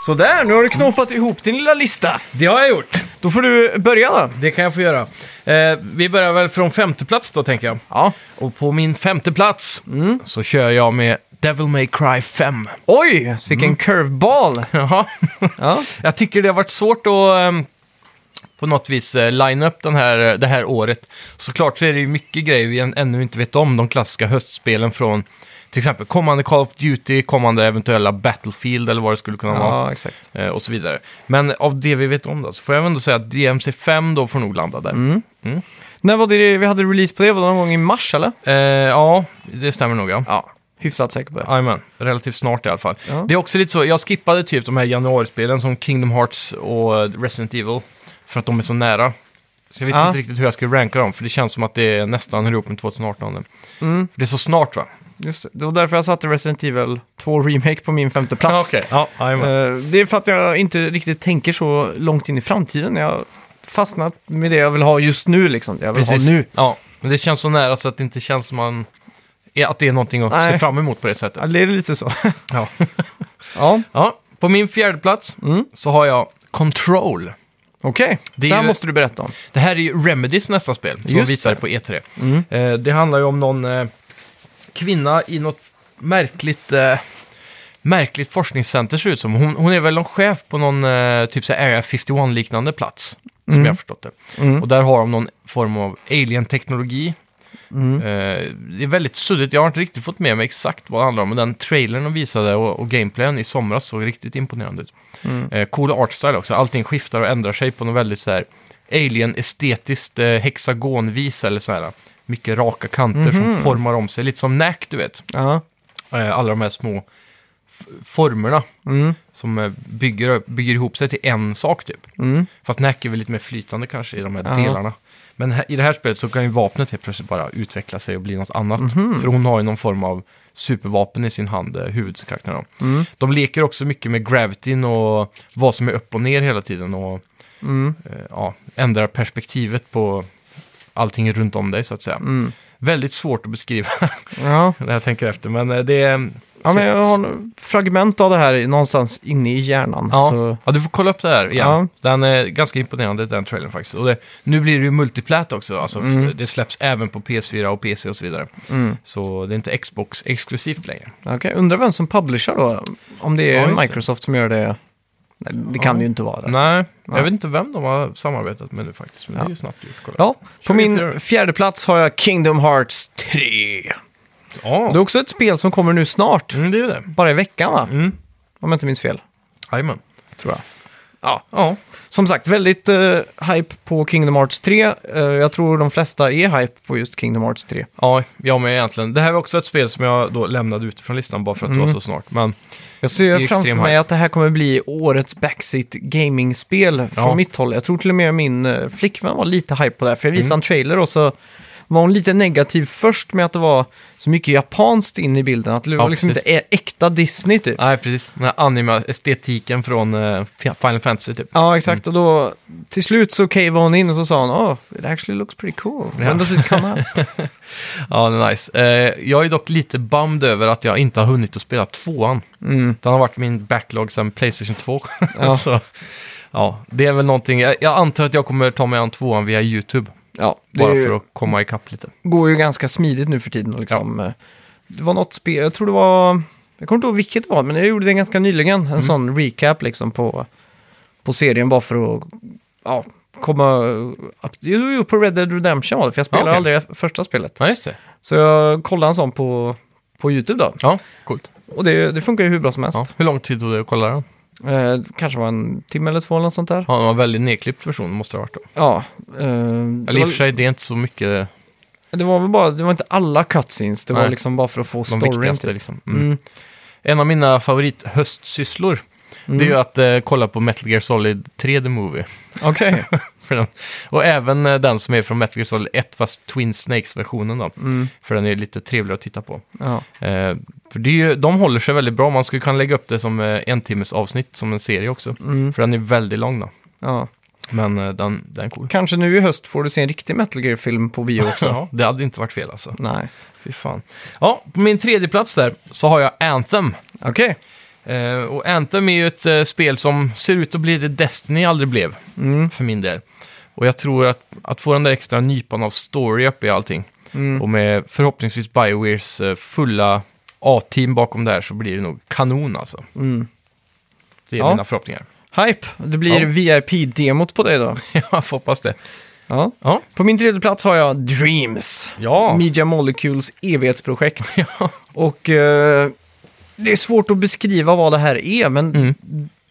S1: sådär, nu har du knåpat ihop din lilla lista.
S2: Det har jag gjort.
S1: Då får du börja då.
S2: Det kan jag få göra. Eh, vi börjar väl från femte plats då, tänker jag.
S1: Ja.
S2: Och på min femte plats mm, så kör jag med Devil May Cry 5.
S1: Oj, vilken curveball!
S2: *laughs* Jaha.
S1: Mm. Ja.
S2: Jag tycker det har varit svårt att ehm, på något vis eh, line up den här, det här året. Såklart så är det ju mycket grejer vi än, ännu inte vet om. De klassiska höstspelen från till exempel kommande Call of Duty, kommande eventuella Battlefield eller vad det skulle kunna vara.
S1: ja, exakt.
S2: eh, Och så vidare. Men av det vi vet om då, så får jag väl ändå säga att DMC5 då får nog landa där.
S1: Mm. När var det vi hade release på det? Var det någon gång i mars eller?
S2: Eh, ja, det stämmer nog ja.
S1: Ja, hyfsat säker på det.
S2: Jajamän, relativt snart i alla fall.
S1: Ja.
S2: Det är också lite så, jag skippade typ de här januarispelen som Kingdom Hearts och eh, Resident Evil för att de är så nära. Så jag visste
S1: Ja.
S2: inte riktigt hur jag skulle ranka dem, för det känns som att det är nästan hör ihop med 2018.
S1: Mm.
S2: Det är så snart va?
S1: Just det. det var därför jag satte Resident Evil 2 Remake på min femte *laughs* plats.
S2: Ja, okay. ja, jajamän.
S1: Eh, det är för att jag inte riktigt tänker så långt in i framtiden. Jag fastnat med det jag vill ha just nu liksom. Det jag vill ha nu.
S2: Ja, men det känns så nära så att det inte känns som man, att det är någonting att se
S1: Nej.
S2: fram emot på det
S1: Ja,
S2: sättet.
S1: det är lite så. *laughs*
S2: Ja.
S1: ja,
S2: ja, på min fjärde plats så har jag Control.
S1: okej.
S2: Det
S1: Det,
S2: är
S1: här
S2: ju-
S1: måste du berätta om.
S2: Det här är ju Remedys nästa spel som
S1: Just
S2: visar på E3. Eh, det handlar ju om någon eh, kvinna i något märkligt, eh, märkligt forskningscenter ser det ut som. Hon, hon är väl någon chef på någon eh, typ så här Area 51-liknande plats, som jag har förstått det. Och där har de någon form av alien-teknologi. Eh, det är väldigt suddigt, jag har inte riktigt fått med mig exakt vad det handlar om, men den trailern de visade och, och gameplayen i somras såg riktigt imponerande ut. Eh, cool artstyle också, allting skiftar och ändrar sig på något väldigt så här alien-estetiskt eh, hexagonvis eller så här. Mycket raka kanter som formar om sig, lite som Nack du vet.
S1: Ja,
S2: Eh, alla de här små f- formerna
S1: mm.
S2: som eh, bygger, bygger ihop sig till en sak typ.
S1: Mm.
S2: Fast Nack är väl lite mer flytande kanske i de här
S1: Ja.
S2: delarna. Men här, i det här spelet så kan ju vapnet helt plötsligt bara utveckla sig och bli något annat.
S1: Mhm.
S2: För hon har ju någon form av supervapen i sin hand, eh, huvudkaraktären. då.
S1: Mm.
S2: De leker också mycket med gravitin och vad som är upp och ner hela tiden. Och
S1: Mm.
S2: eh, ja, ändrar perspektivet på allting runt om dig så att säga.
S1: Mm.
S2: Väldigt svårt att beskriva *laughs*
S1: ja.
S2: när jag tänker efter, men eh, det är...
S1: ja men jag har en fragment av det här någonstans inne i hjärnan.
S2: Ja.
S1: Så...
S2: ja, du får kolla upp det här igen.
S1: Ja.
S2: Den är ganska imponerande, den trailern faktiskt. Och det, nu blir det ju multiplat också, alltså f- det släpps även på PS4 och PC och så vidare.
S1: Mm.
S2: Så det är inte Xbox-exklusivt längre.
S1: Okej, undrar vem som publishar då? Om det
S2: Ja,
S1: är
S2: just det.
S1: Microsoft som gör det? Nej, det kan det ju inte vara.
S2: Nej, jag
S1: Nej.
S2: vet inte vem de har samarbetat med nu faktiskt, men det är
S1: Ja.
S2: ju snabbt gjort. Kolla.
S1: Ja,
S2: Kör
S1: på
S2: vidare.
S1: min fjärde plats har jag Kingdom Hearts 3.
S2: Ja,
S1: Det är också ett spel som kommer nu snart.
S2: mm, det är ju det.
S1: Bara i veckan va?
S2: Mm.
S1: Om jag inte minns fel.
S2: Jajamän.
S1: Tror jag. Ja,
S2: Ja,
S1: som sagt, väldigt eh, hype på Kingdom Hearts 3. Eh, jag tror de flesta är hype på just Kingdom Hearts 3.
S2: ja, jag med egentligen. Det här är också ett spel som jag då lämnade ut från listan bara för att det
S1: Mm.
S2: var så snart. Men
S1: Jag
S2: är
S1: ser
S2: extrem
S1: framför mig
S2: hype.
S1: att det här kommer bli årets backseat gaming-spel från
S2: Ja.
S1: mitt håll. Jag tror till och med min eh, flickvän var lite hype på det här, för jag
S2: Mm.
S1: visade en trailer och så var hon lite negativ först med att det var så mycket japanskt in i bilden, att det var liksom
S2: precis.
S1: inte ä- äkta Disney typ.
S2: nej, precis. Den här anima-estetiken från eh, Final Fantasy typ.
S1: Ja, exakt. Och då till slut så cavade hon in och så sa hon oh, it actually looks pretty cool.
S2: Ja.
S1: When does it come
S2: *laughs*
S1: out?
S2: Ja, det är nice. Eh, jag är dock lite bummed över att jag inte har hunnit att spela tvåan.
S1: Mm.
S2: Den har varit min backlog sedan Playstation 2.
S1: Ja.
S2: *laughs* Så, ja, det är väl någonting. Jag, jag antar att jag kommer ta mig an tvåan via YouTube.
S1: Ja, det
S2: Bara
S1: är ju-
S2: för att komma ikapp lite.
S1: går ju ganska smidigt nu för tiden. och Liksom. eh, Det var något spel, jag tror det var, jag kommer inte ihåg vilket det var, men jag gjorde det ganska nyligen. En
S2: Mm.
S1: sån recap liksom på, på serien bara för att ja, komma upp. Jo, jo, på Red Dead Redemption var det, för jag spelade
S2: Ja, okej.
S1: aldrig första spelet.
S2: Ja, just det.
S1: Så jag kollade en sån på, på YouTube då.
S2: Ja, coolt.
S1: Och det, det funkar ju hur bra som helst.
S2: Ja. Hur lång tid tog det att kolla den?
S1: Eh, kanske var en timme eller två eller något sånt där.
S2: Ja, det var en väldigt nedklippt version, måste det ha varit då.
S1: Ja. eh, det,
S2: Eller i och
S1: var,
S2: för sig, det är inte så mycket
S1: det var väl bara, det var inte alla cutscenes, det var
S2: Nej.
S1: liksom bara för att få
S2: de
S1: storyn.
S2: viktigaste
S1: Typ.
S2: liksom. Mm.
S1: Mm.
S2: En av mina favorithöstsysslor, det är
S1: Mm.
S2: ju att eh, kolla på Metal Gear Solid 3 The Movie.
S1: Okej.
S2: för den. Och även eh, den som är från Metal Gear Solid 1, fast Twin Snakes-versionen då.
S1: Mm.
S2: För den är lite trevligare att titta på.
S1: *laughs* Ja.
S2: Eh, för det är ju, de håller sig väldigt bra, man skulle kunna lägga upp det som eh, en timmes avsnitt som en serie också.
S1: Mm.
S2: För den är väldigt lång då.
S1: Ja.
S2: Men eh, den, den är cool.
S1: *laughs* Kanske nu i höst får du se en riktig Metal Gear-film på
S2: *laughs*
S1: bio också.
S2: Ja, det hade inte varit fel alltså.
S1: Nej.
S2: Fy fan. Ja, på min tredje plats där så har jag Anthem.
S1: Okej.
S2: Eh, och Anthem är ju ett eh, spel som ser ut att bli det Destiny aldrig blev, för min del. Och jag tror att, att få den där extra nypan av story uppe i allting, och med förhoppningsvis Biowares eh, fulla A-team bakom det här så blir det nog kanon alltså. Det är
S1: Ja.
S2: mina förhoppningar. *laughs*
S1: Hype. Det blir
S2: Ja.
S1: VIP-demot på dig då.
S2: jag får hoppas det.
S1: Ja.
S2: Ja,
S1: På min tredje plats har jag Dreams.
S2: ja.
S1: Media Molecules evighetsprojekt.
S2: *laughs* ja.
S1: Och eh, det är svårt att beskriva vad det här är, men
S2: Mm.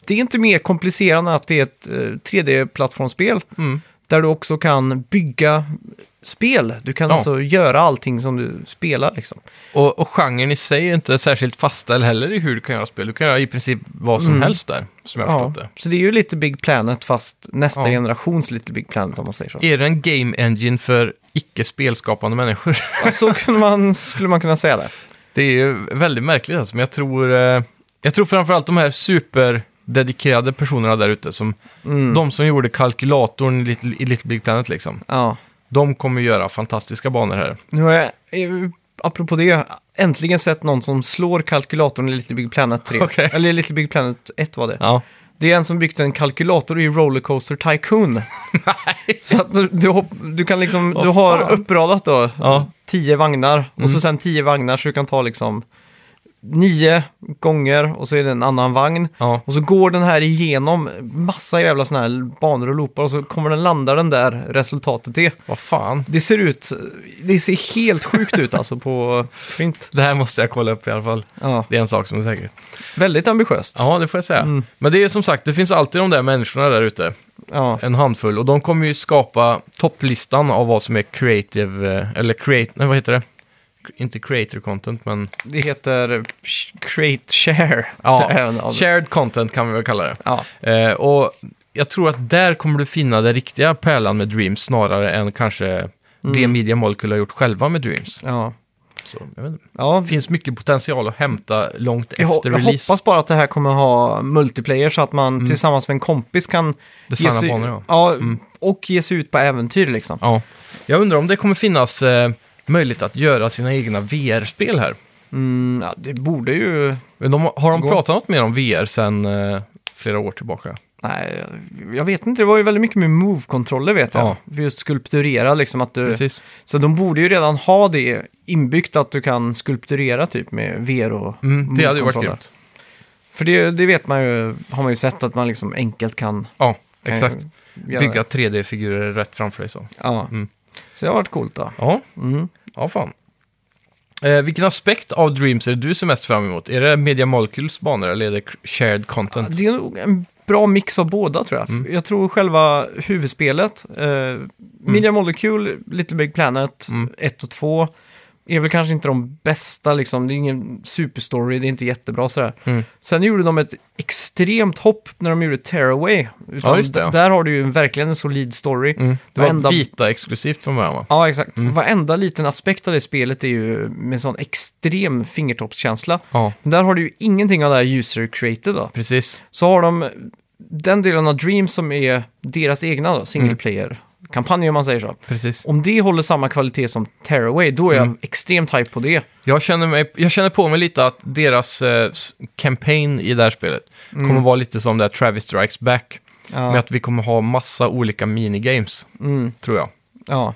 S1: det är inte mer komplicerat än att det är ett eh, 3D-plattformsspel
S2: Mm.
S1: där du också kan bygga spel. Du kan
S2: Ja.
S1: alltså göra allting som du spelar liksom.
S2: Och, och genren i sig är inte särskilt fastställd heller i hur du kan göra spel. Du kan göra i princip vad som helst där, som jag har förstått det.
S1: Så det är ju lite Big Planet fast nästa
S2: Ja.
S1: generations lite Big Planet om man säger så.
S2: Är det en game engine för icke spelskapande människor?
S1: Ja, *laughs* så kunde man, skulle man kunna säga det.
S2: Det är ju väldigt märkligt alltså, men jag tror, eh, jag tror framförallt de här super dedikerade personerna där ute. Som,
S1: Mm.
S2: De som gjorde kalkylatorn i Little, i Little Big Planet liksom.
S1: Ja.
S2: De kommer göra fantastiska banor här.
S1: Nu har jag, eh, apropå det, äntligen sett någon som slår kalkylatorn i Little Big Planet 3.
S2: Okej.
S1: Eller Little Big Planet 1 var det.
S2: Ja.
S1: Det är en som byggt en kalkylator i Rollercoaster Tycoon.
S2: *laughs*
S1: Så att du, du, hopp, du kan liksom,
S2: Vad
S1: du har
S2: fan.
S1: uppradat då
S2: Ja. Mm.
S1: tio vagnar och så sen tio vagnar så du kan ta liksom nio gånger och så är det en annan vagn.
S2: Ja.
S1: Och så går den här igenom massa jävla sådana här banor och loopar och så kommer den landa den där resultatet är.
S2: Vad fan.
S1: Det ser ut, det ser helt sjukt ut alltså på print.
S2: Det här måste jag kolla upp i alla fall.
S1: Ja,
S2: Det är en sak som är säker.
S1: väldigt ambitiöst. Ja.
S2: Ja, det får jag säga. Men det är som sagt, det finns alltid de där människorna där ute. En handfull. Och de kommer ju skapa topplistan av vad som är creative, eh, eller create, nej vad heter det? Inte creator content, men
S1: Det heter Create Share. *laughs* Det är en
S2: *laughs* ja,
S1: av-
S2: shared content kan vi väl kalla det.
S1: Ja.
S2: Eh, och jag tror att där kommer du finna den riktiga pärlan med Dreams snarare än kanske det
S1: Mm.
S2: Media Molecule har gjort själva med Dreams.
S1: Ja. Alltså,
S2: Så, jag vet inte.
S1: ja.
S2: Det finns mycket potential att hämta långt
S1: Jag, ho-
S2: efter
S1: jag
S2: release. Mm.
S1: hoppas bara att det här kommer ha multiplayer så att man tillsammans med en kompis kan...
S2: Designa
S1: ge sig-
S2: banor, ja. Mm.
S1: och ge sig ut på äventyr liksom.
S2: Ja. Jag undrar om det kommer finnas eh, möjlighet att göra sina egna VR-spel här.
S1: Mm, ja, det borde ju...
S2: Men De, har de
S1: Gå. Eh.
S2: pratat något mer om VR sedan eh, flera år tillbaka?
S1: Nej, jag vet inte. Det var ju väldigt mycket med move-kontroller vet jag.
S2: Ja.
S1: För just skulpturera liksom att du...
S2: Precis.
S1: Så de borde ju redan ha det inbyggt att du kan skulpturera typ med VR och
S2: Mm, det hade ju varit
S1: move-kontroller.
S2: grymt.
S1: För det, det vet man ju, har man ju sett att man liksom enkelt kan...
S2: Ja,
S1: kan
S2: exakt.
S1: göra
S2: Bygga
S1: det.
S2: 3D-figurer rätt framför dig så.
S1: Ja.
S2: Mm.
S1: Så det har varit coolt då.
S2: Ja,
S1: Mm.
S2: ja fan. Eh, vilken aspekt av Dreams är det du ser mest fram emot? Är det Media Molecules banor eller är det k- shared content?
S1: Det är nog en bra mix av båda tror jag.
S2: Mm.
S1: Jag tror själva huvudspelet, eh, Media Molecule, Little Big Planet, 1
S2: Mm.
S1: och 2, är väl kanske inte de bästa liksom. Det är ingen superstory, det är inte jättebra sådär.
S2: Mm.
S1: Sen gjorde de ett extremt hopp när de gjorde Tearaway. Utan
S2: Ja, just det.
S1: d- Där har du ju verkligen en solid story.
S2: Mm. Det
S1: var
S2: var Mm.
S1: enda-
S2: vita exklusivt från början va?
S1: Ja, exakt. Varenda liten aspekt av det spelet är ju med sån extrem fingertoppskänsla.
S2: Ja,
S1: Men där har du ju ingenting av det här user-created då
S2: precis.
S1: så har de den delen av Dream som är deras egna då, single
S2: Mm.
S1: player-kampanj om man säger så.
S2: precis.
S1: Om det håller samma kvalitet som Tearaway, då är jag
S2: Mm.
S1: extremt hype på det.
S2: Jag känner, mig, jag känner på mig lite att deras eh, s- campaign i det här spelet kommer vara lite som det här Travis Strikes Back.
S1: Mm. Ja.
S2: Med att vi kommer ha massa olika minigames,
S1: Mm,
S2: tror jag.
S1: ja.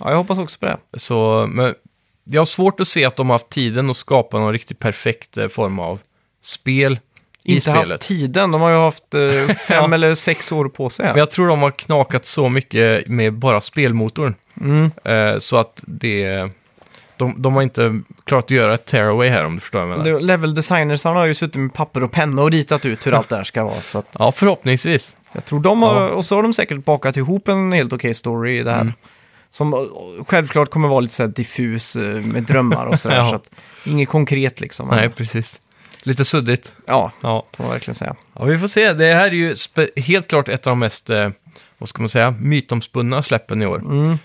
S1: ja, jag hoppas också på det.
S2: Så, men jag har svårt att se att de har haft tiden att skapa någon riktigt perfekt eh, form av spel i
S1: Inte
S2: spelet.
S1: haft tiden, de har ju haft
S2: *laughs*
S1: eh, fem eller sex år på sig.
S2: Men jag tror de har knakat så mycket med bara spelmotorn.
S1: Mm.
S2: Eh, så att det... De, de har inte klarat att göra ett tearaway här om du förstår vad jag menar.
S1: Det- Level-designersarna har ju suttit med papper och penna och ritat ut hur allt det här ska vara. Så att
S2: Ja, förhoppningsvis.
S1: jag tror de har,
S2: Ja. Mm.
S1: och så har de säkert bakat ihop en helt okej story i det här. Som eh, självklart kommer vara lite så här diffus eh, med drömmar och sådär.
S2: *laughs* Ja.
S1: så att, inget konkret liksom.
S2: Nej, precis. Lite suddigt.
S1: Ja,
S2: Ja.
S1: får man verkligen säga.
S2: ja, vi får se. Det här är ju spe- helt klart ett av de mest, eh, vad ska man säga, mytomspunna släppen i år.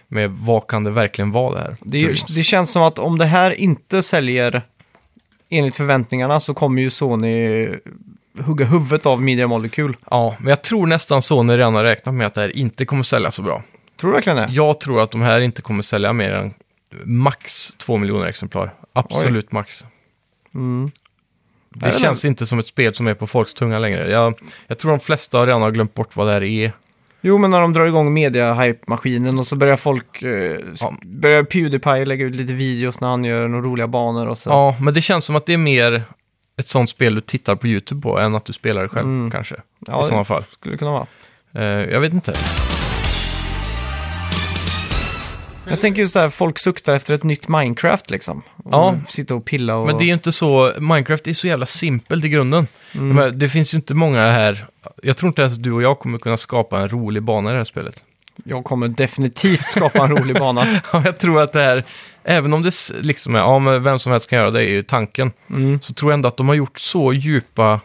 S2: Med vad kan det verkligen vara det här?
S1: Mm. Det, är ju-
S2: Dreams.
S1: det känns som att om det här inte säljer enligt förväntningarna så kommer ju Sony hugga huvudet av Media Molecule.
S2: Ja, men jag tror nästan Sony redan har räknat med att det här inte kommer sälja så bra.
S1: Tror du verkligen det?
S2: Jag tror att de här inte kommer sälja mer än max 2 miljoner exemplar. Absolut max.
S1: Mm.
S2: Det
S1: Jag vet
S2: känns inte som ett spel som är på folks tunga längre. Jag, jag tror de flesta redan har glömt bort vad det här är.
S1: Jo, men när de drar igång media-hype-maskinen och så börjar folk... Eh, sk-
S2: Ja.
S1: Börjar Pewdiepie lägga ut lite videos när han gör några roliga banor och så.
S2: Ja, men det känns som att det är mer ett sånt spel du tittar på YouTube på än att du spelar det själv
S1: Mm.
S2: kanske.
S1: Ja,
S2: I
S1: det-
S2: sådana fall.
S1: Skulle det kunna vara.
S2: Eh, jag vet inte.
S1: Jag tänker just det här, folk suktar efter ett nytt Minecraft liksom. Och
S2: Ja.
S1: Sitta och pilla och...
S2: Men det är ju inte så, Minecraft är så jävla simpelt i grunden.
S1: Mm.
S2: Men det finns ju inte många här, jag tror inte ens du och jag kommer kunna skapa en rolig bana i det här spelet.
S1: Jag kommer definitivt skapa en rolig bana.
S2: *laughs* Ja, jag tror att det här, även om det s- liksom är, ja men vem som helst kan göra det är ju tanken,
S1: Mm.
S2: så tror jag ändå att de har gjort så djupa,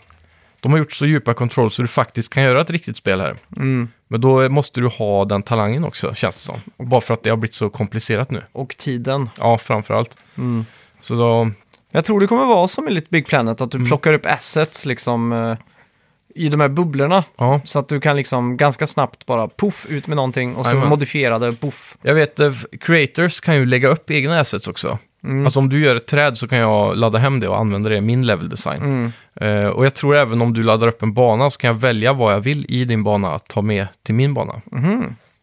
S2: de har gjort så djupa kontroll så du faktiskt kan göra ett riktigt spel här.
S1: Mm.
S2: Men då måste du ha den talangen också, känns det som. Och bara för att det har blivit så komplicerat nu.
S1: Och tiden.
S2: Ja, framförallt.
S1: Mm.
S2: Så då, Mm.
S1: Jag tror det kommer vara som i Little Big Planet, att du plockar upp assets liksom. eh, i de här bubblorna.
S2: Ja.
S1: Så att du kan liksom ganska snabbt bara poff ut med någonting och så
S2: Jajamän.
S1: modifierade poff.
S2: Jag vet, eh, creators kan ju lägga upp egna assets också. Alltså om du gör ett träd så kan jag ladda hem det och använda det i min level design. Eh, och jag tror även om du laddar upp en bana så kan jag välja vad jag vill i din bana att ta med till min bana.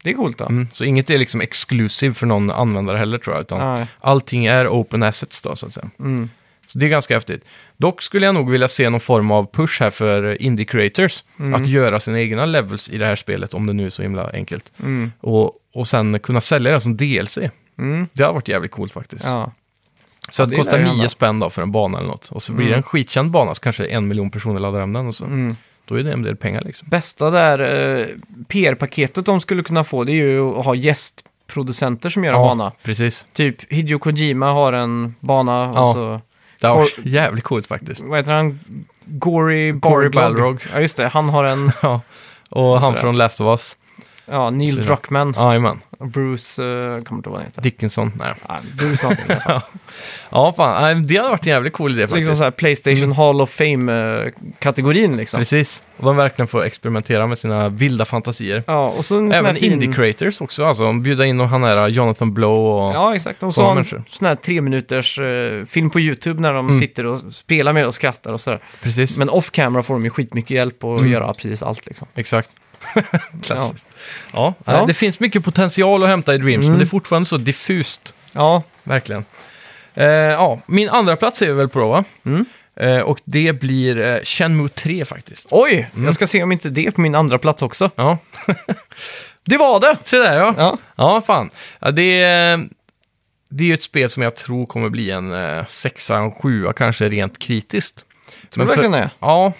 S1: Det är coolt då.
S2: Mm. Så inget är liksom exklusiv för någon användare heller tror jag, utan
S1: Nej.
S2: allting är open assets då så att säga.
S1: Mm.
S2: Så det är ganska häftigt. Dock skulle jag nog vilja se någon form av push här för indie creators.
S1: Mm.
S2: Att göra sina egna levels i det här spelet, om det nu är så himla enkelt.
S1: Mm.
S2: Och, och sen kunna sälja den som DLC.
S1: Mm.
S2: Det har varit jävligt coolt faktiskt.
S1: Ja.
S2: Så att det
S1: det
S2: kostar
S1: lär ju
S2: nio
S1: hända. Mm.
S2: spänn då för en bana eller något. Och så blir det en skitkänd bana, så kanske en miljon personer laddar hem den och så. Då är det en del pengar liksom.
S1: Bästa där eh, PR-paketet de skulle kunna få det är ju att ha gästproducenter som gör en bana.
S2: precis.
S1: Typ Hideo Kojima har en bana och
S2: Ja.
S1: så,
S2: Det har
S1: For-
S2: varit jävligt coolt faktiskt.
S1: vad heter han? Gory
S2: Gory
S1: Barlog.
S2: Balrog.
S1: Ja, just det. Han har en,
S2: Ja. Och han
S1: det.
S2: från Last of Us.
S1: ja, Neil
S2: Så-
S1: Druckmann.
S2: Jajamän.
S1: Bruce, eh, kommer inte ihåg vad han heter.
S2: Dickinson. Nej.
S1: Ja, Bruce
S2: *laughs*
S1: någonting.
S2: Ja, fan. Nej, Det har varit en jävligt cool idé faktiskt.
S1: liksom så här Playstation Hall of Fame-kategorin liksom.
S2: Mm. Precis, och de verkligen får experimentera med sina vilda fantasier.
S1: Ja, och så en sån här
S2: Även
S1: fin...
S2: indie-creators också, alltså bjuda in och han här Jonathan Blow och...
S1: Ja, exakt. Och så
S2: Såna
S1: har en
S2: människor.
S1: sån här tre minuters eh, film på YouTube när de
S2: Mm.
S1: sitter och spelar med det och skrattar och sådär.
S2: Precis,
S1: Men off camera får de ju skitmycket hjälp och
S2: Mm.
S1: göra precis allt liksom.
S2: exakt. Klassiskt. Ja.
S1: Ja. Mm.
S2: nej, det finns mycket potential att hämta i Dreams, men det är fortfarande så diffust.
S1: Ja,
S2: Verkligen. Eh, ja, min andra plats är vi väl på då, va?
S1: Mm.
S2: Eh, och det blir eh, Shenmue 3 faktiskt.
S1: oj!
S2: Mm.
S1: Jag ska se om inte det är på min andra plats också.
S2: Ja,
S1: Det var det!
S2: *laughs* se där ja.
S1: Ja,
S2: Ja, fan. Ja, det, är, det är ju ett spel som jag tror kommer bli en eh, sexa, en sjua kanske rent kritiskt.
S1: tror du verkligen
S2: för,
S1: det?
S2: ja,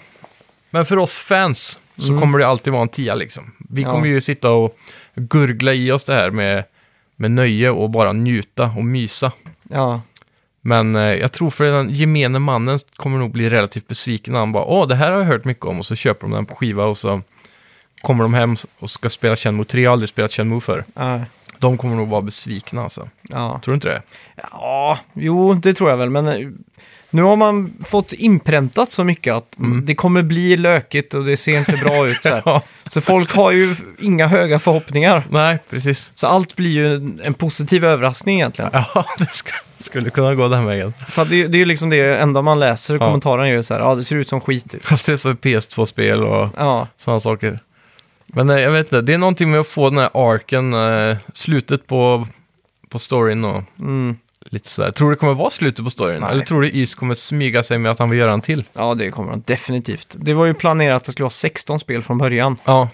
S2: men för oss fans så kommer det alltid vara en tia liksom. Vi
S1: Ja.
S2: kommer ju sitta och gurgla i oss det här med, med nöje och bara njuta och mysa.
S1: Ja,
S2: Men eh, jag tror för den gemene mannen kommer nog bli relativt besviken när han bara åh, det här har jag hört mycket om och så köper de den på skiva och så kommer de hem och ska spela Chenmo 3, jag har aldrig spelat Chenmo förr.
S1: ja,
S2: De kommer nog vara besvikna alltså.
S1: ja.
S2: Tror du inte det?
S1: Ja, jo, det tror jag väl, men eh, nu har man fått inpräntat så mycket att det kommer bli lökigt och det ser inte bra ut *laughs* så här.
S2: Ja.
S1: Så folk har ju inga höga förhoppningar.
S2: Nej, precis.
S1: Så allt blir ju en, en positiv överraskning egentligen.
S2: *laughs* Ja, det sk- skulle kunna gå den vägen.
S1: För att det, det är ju liksom det enda man läser,
S2: Ja.
S1: kommentarerna är ju så här, ja det ser ut som skit. typ."
S2: Fast det är så i PS2-spel och
S1: Ja,
S2: sådana saker. Men eh, jag vet inte, det är någonting med att få den här arken, eh, slutet på, på storyn och
S1: mm,
S2: lite sådär. Tror du det kommer vara slutet på storyn?
S1: Nej.
S2: Eller tror du Is kommer smyga sig med att han vill göra en till?
S1: ja det kommer de definitivt. Det var ju planerat att det skulle vara 16 spel från början.
S2: Ja,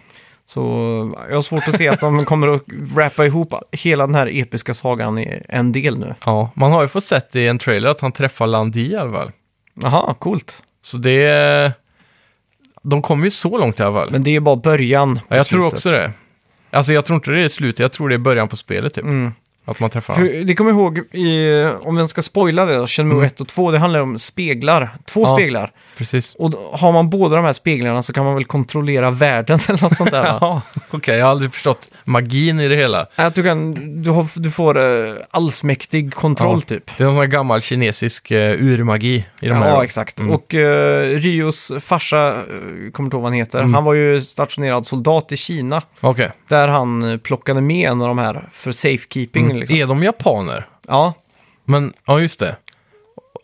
S1: Så jag har svårt att se att de kommer att rappa ihop hela den här episka sagan i en del nu.
S2: ja. Man har ju fått sett i en trailer att han träffar Landi i alla fall.
S1: Jaha, coolt.
S2: Så det... De kommer ju så långt i alla fall.
S1: Men det är bara början. på
S2: Ja, jag tror
S1: slutet.
S2: också det. Alltså jag tror inte det är slutet, jag tror det är början på spelet typ. Att man träffar honom.
S1: Mm. För, det kommer jag ihåg, i, om jag ska spoila det då, Shenmue
S2: Mm.
S1: 1 och 2, det handlar om speglar. Två
S2: Ja.
S1: speglar.
S2: Precis.
S1: Och då- har man båda de här speglarna så kan man väl kontrollera världen *laughs* eller något sånt där va?
S2: *laughs* Ja, okej, jag har aldrig förstått magin i det hela.
S1: Att du, kan, du, har, du får eh, allsmäktig kontroll
S2: Ja.
S1: typ.
S2: Det är någon sån här gammal kinesisk eh, urmagi i de här.
S1: Ja, exakt.
S2: Mm.
S1: Och eh, Ryos farsa, eh, kommer inte ihåg vad han heter,
S2: Mm.
S1: han var ju stationerad soldat i Kina.
S2: Okej.
S1: Där han eh, plockade med en av de här för safekeeping. Liksom.
S2: Är de japaner?
S1: Ja,
S2: Men, ja just det.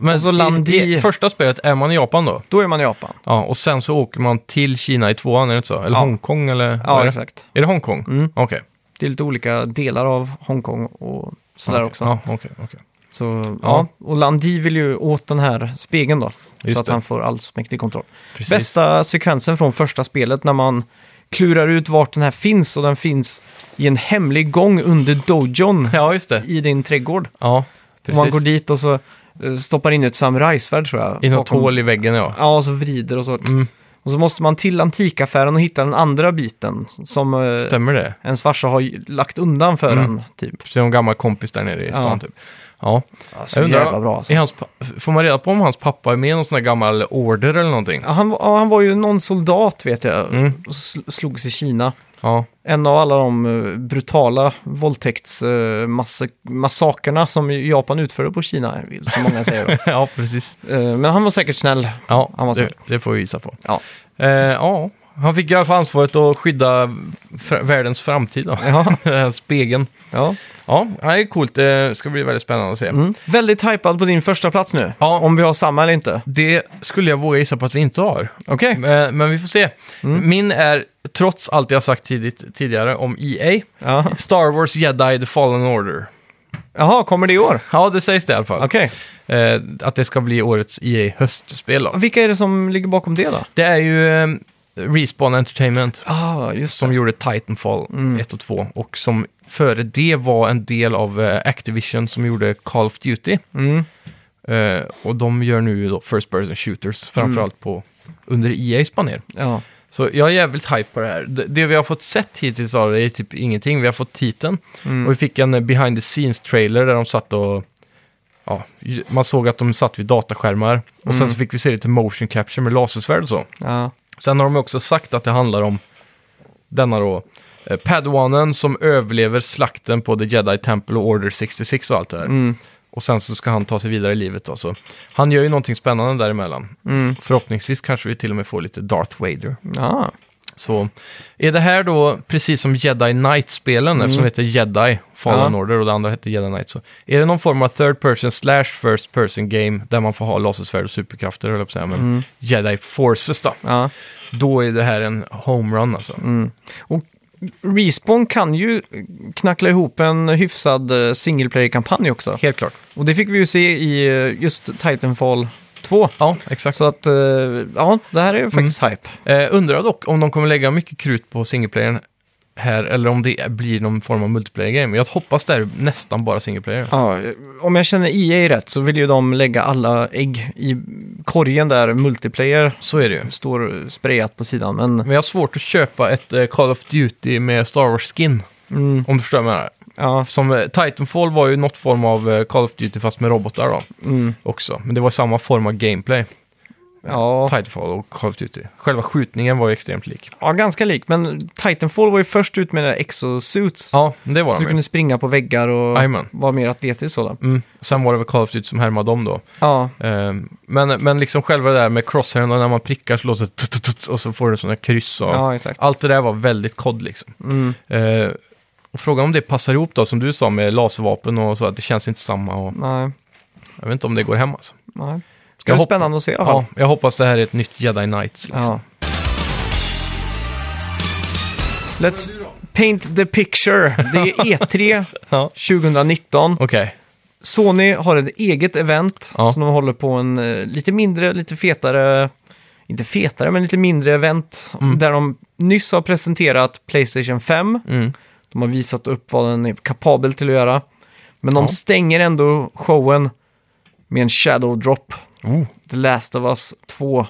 S2: Men
S1: Och så Landi-
S2: i, i första spelet är man i Japan då?
S1: då är man i Japan.
S2: Ja, och sen så åker man till Kina i tvåan, är det inte så? Eller
S1: Ja.
S2: Hongkong eller?
S1: Ja,
S2: vad är det?
S1: exakt.
S2: Är det Hongkong?
S1: Mm.
S2: Okej.
S1: Det är lite olika delar av Hongkong och sådär
S2: Okej.
S1: också.
S2: Ja, okej, okej.
S1: Så,
S2: Ja.
S1: ja. Och Landi vill ju åt den här spegeln då.
S2: Just
S1: så att
S2: det.
S1: han får allsmäktig kontroll.
S2: Precis.
S1: Bästa sekvensen från första spelet när man klurar ut vart den här finns och den finns i en hemlig gång under dojon
S2: Ja, just det.
S1: i din trädgård.
S2: Ja,
S1: Och
S2: precis.
S1: man går dit och så eh, stoppar in ett samurajsvärd tror jag.
S2: I något
S1: bakom-
S2: hål i väggen, ja.
S1: Ja, och så vrider och så.
S2: Mm.
S1: Och så måste man till antikaffären och hitta den andra biten som eh,
S2: Stämmer det?
S1: ens farsa har ju lagt undan för
S2: Mm.
S1: en. Typ.
S2: Precis som en gammal kompis där nere i stan
S1: Ja.
S2: typ. Ja,
S1: Alltså,
S2: jag
S1: jävla
S2: undrar,
S1: bra alltså.
S2: är hans, pa- får man reda på om hans pappa är med i någon sån här gammal order eller någonting?
S1: Ja, han, var- ja, han var ju någon soldat vet jag.
S2: Mm.
S1: Och sl- slogs i Kina. *laughs*
S2: Ja,
S1: En av alla de eh, brutala våldtäktsmassakerna som Japan utförde på Kina, som många
S2: *laughs*
S1: säger. då.
S2: ja precis.
S1: Eh, Men han var säkert snäll.
S2: Ja,
S1: Han var
S2: det,
S1: snäll.
S2: det får vi visa på.
S1: Ja.
S2: Eh, ja, han fick i alla fall ansvaret att skydda fr- världens framtid då. *laughs*
S1: Ja,
S2: Den här Spegeln.
S1: ja.
S2: Ja, det är coolt. Eh, Det ska bli väldigt spännande att se.
S1: Mm. Väldigt hypad på din första plats nu.
S2: Ja.
S1: Om vi har samma eller inte.
S2: Det skulle jag våga gissa på att vi inte har. Eh,
S1: Okej.
S2: Men, men vi får se.
S1: Mm.
S2: Min är, trots allt jag sagt tidigt, tidigare om EA,
S1: Ja.
S2: Star Wars Jedi The Fallen Order.
S1: Jaha, kommer det i år?
S2: Ja, det sägs det i alla fall.
S1: Okej.
S2: Eh, att det ska bli årets EA höstspel då.
S1: Vilka är det som ligger bakom det då?
S2: Det är ju eh, Respawn Entertainment
S1: Ah, just
S2: som
S1: det.
S2: gjorde Titanfall 1 och 2 och som före det var en del av eh, Activision som gjorde Call of Duty.
S1: Mm.
S2: Eh, och de gör nu då First Person Shooters, framförallt på, under E EA's baner.
S1: Ja.
S2: Så jag är jävligt hype på det här. Det, det vi har fått sett hittills av det är typ ingenting. Vi har fått titeln
S1: Mm.
S2: och vi fick en eh, behind the scenes-trailer där de satt och... Ja, ju- man såg att de satt vid dataskärmar. Och sen
S1: Mm.
S2: så fick vi se lite motion capture med lasersvärd och så.
S1: ja.
S2: Sen har de också sagt att det handlar om denna då... eh, Padawanen som överlever slakten på The Jedi Temple och Order 66 och allt det här.
S1: Mm.
S2: Och sen så ska han ta sig vidare i livet då. Så han gör ju någonting spännande däremellan.
S1: Mm.
S2: Förhoppningsvis kanske vi till och med får lite Darth Vader.
S1: Ja.
S2: Så är det här då precis som Jedi Knight-spelen, eftersom det heter Jedi Fallen
S1: Mm. Ja.
S2: Order och det andra hette Jedi Knight. Så är det någon form av third person slash first person game där man får ha lasersvärd och superkrafter, höll jag på att säga, men Jedi Forces då.
S1: Mm. ja. Mm.
S2: Då är det här en homerun alltså.
S1: Och Respawn kan ju knackla ihop en hyfsad eh, single player-kampanj också.
S2: Helt klart.
S1: Och det fick vi ju se i eh, just Titanfall 2.
S2: Ja, exakt.
S1: Så att, eh, ja, det här är ju faktiskt hype.
S2: Eh, undrar dock om de kommer lägga mycket krut på singleplayern här, eller om det blir någon form av multiplayer game. Jag hoppas det är nästan bara singleplayer.
S1: Ja, eh, om jag känner EA rätt så vill ju de lägga alla ägg i korgen där multiplayer
S2: Så är det ju.
S1: står eh, sprayat på sidan. Men
S2: Men jag har svårt att köpa ett eh, Call of Duty med Star Wars-skin,
S1: mm,
S2: om du förstår vad jag menar.
S1: ja,
S2: Som eh, Titanfall var ju något form av eh, Call of Duty fast med robotar då
S1: mm,
S2: också. Men det var samma form av gameplay,
S1: ja,
S2: Titanfall och Call of Duty. Själva skjutningen var ju extremt lik.
S1: ja, ganska lik. Men Titanfall var ju först ut med det här exosuits.
S2: Ja, men det var
S1: så du
S2: de ju.
S1: kunde springa på väggar och
S2: Jajamän.
S1: vara mer atletisk sådan.
S2: Mm. Sen var det väl Call of Duty som härmade dem då.
S1: Ja,
S2: Ehm, men, men liksom själva det där med crosshairen och när man prickar så låter det tut-tut-tut och så får du sådana kryss och
S1: ja exakt.
S2: allt det där var väldigt kod liksom.
S1: Mm.
S2: Ehm, och frågan om det passar ihop då, som du sa med laservapen och så, att det känns inte samma och
S1: Nej,
S2: jag vet inte om det går hem alltså.
S1: nej. Ska
S2: Jag
S1: bli
S2: hoppas-
S1: spännande att se i alla fall.
S2: Ja, jag hoppas det här är ett nytt Jedi Knights liksom.
S1: Ja. Let's paint the picture. Det är
S2: *laughs*
S1: E E3
S2: Ja.
S1: 2019.
S2: Okej.
S1: Sony har ett eget event
S2: Ja.
S1: som de håller på en eh, lite mindre, lite fetare, inte fetare, men lite mindre event.
S2: Mm.
S1: Där de nyss har presenterat Playstation 5.
S2: Mm.
S1: De har visat upp vad den är kapabel till att göra. Men de
S2: Ja.
S1: stänger ändå showen med en shadow drop.
S2: Oh.
S1: The Last of Us
S2: *laughs*
S1: 2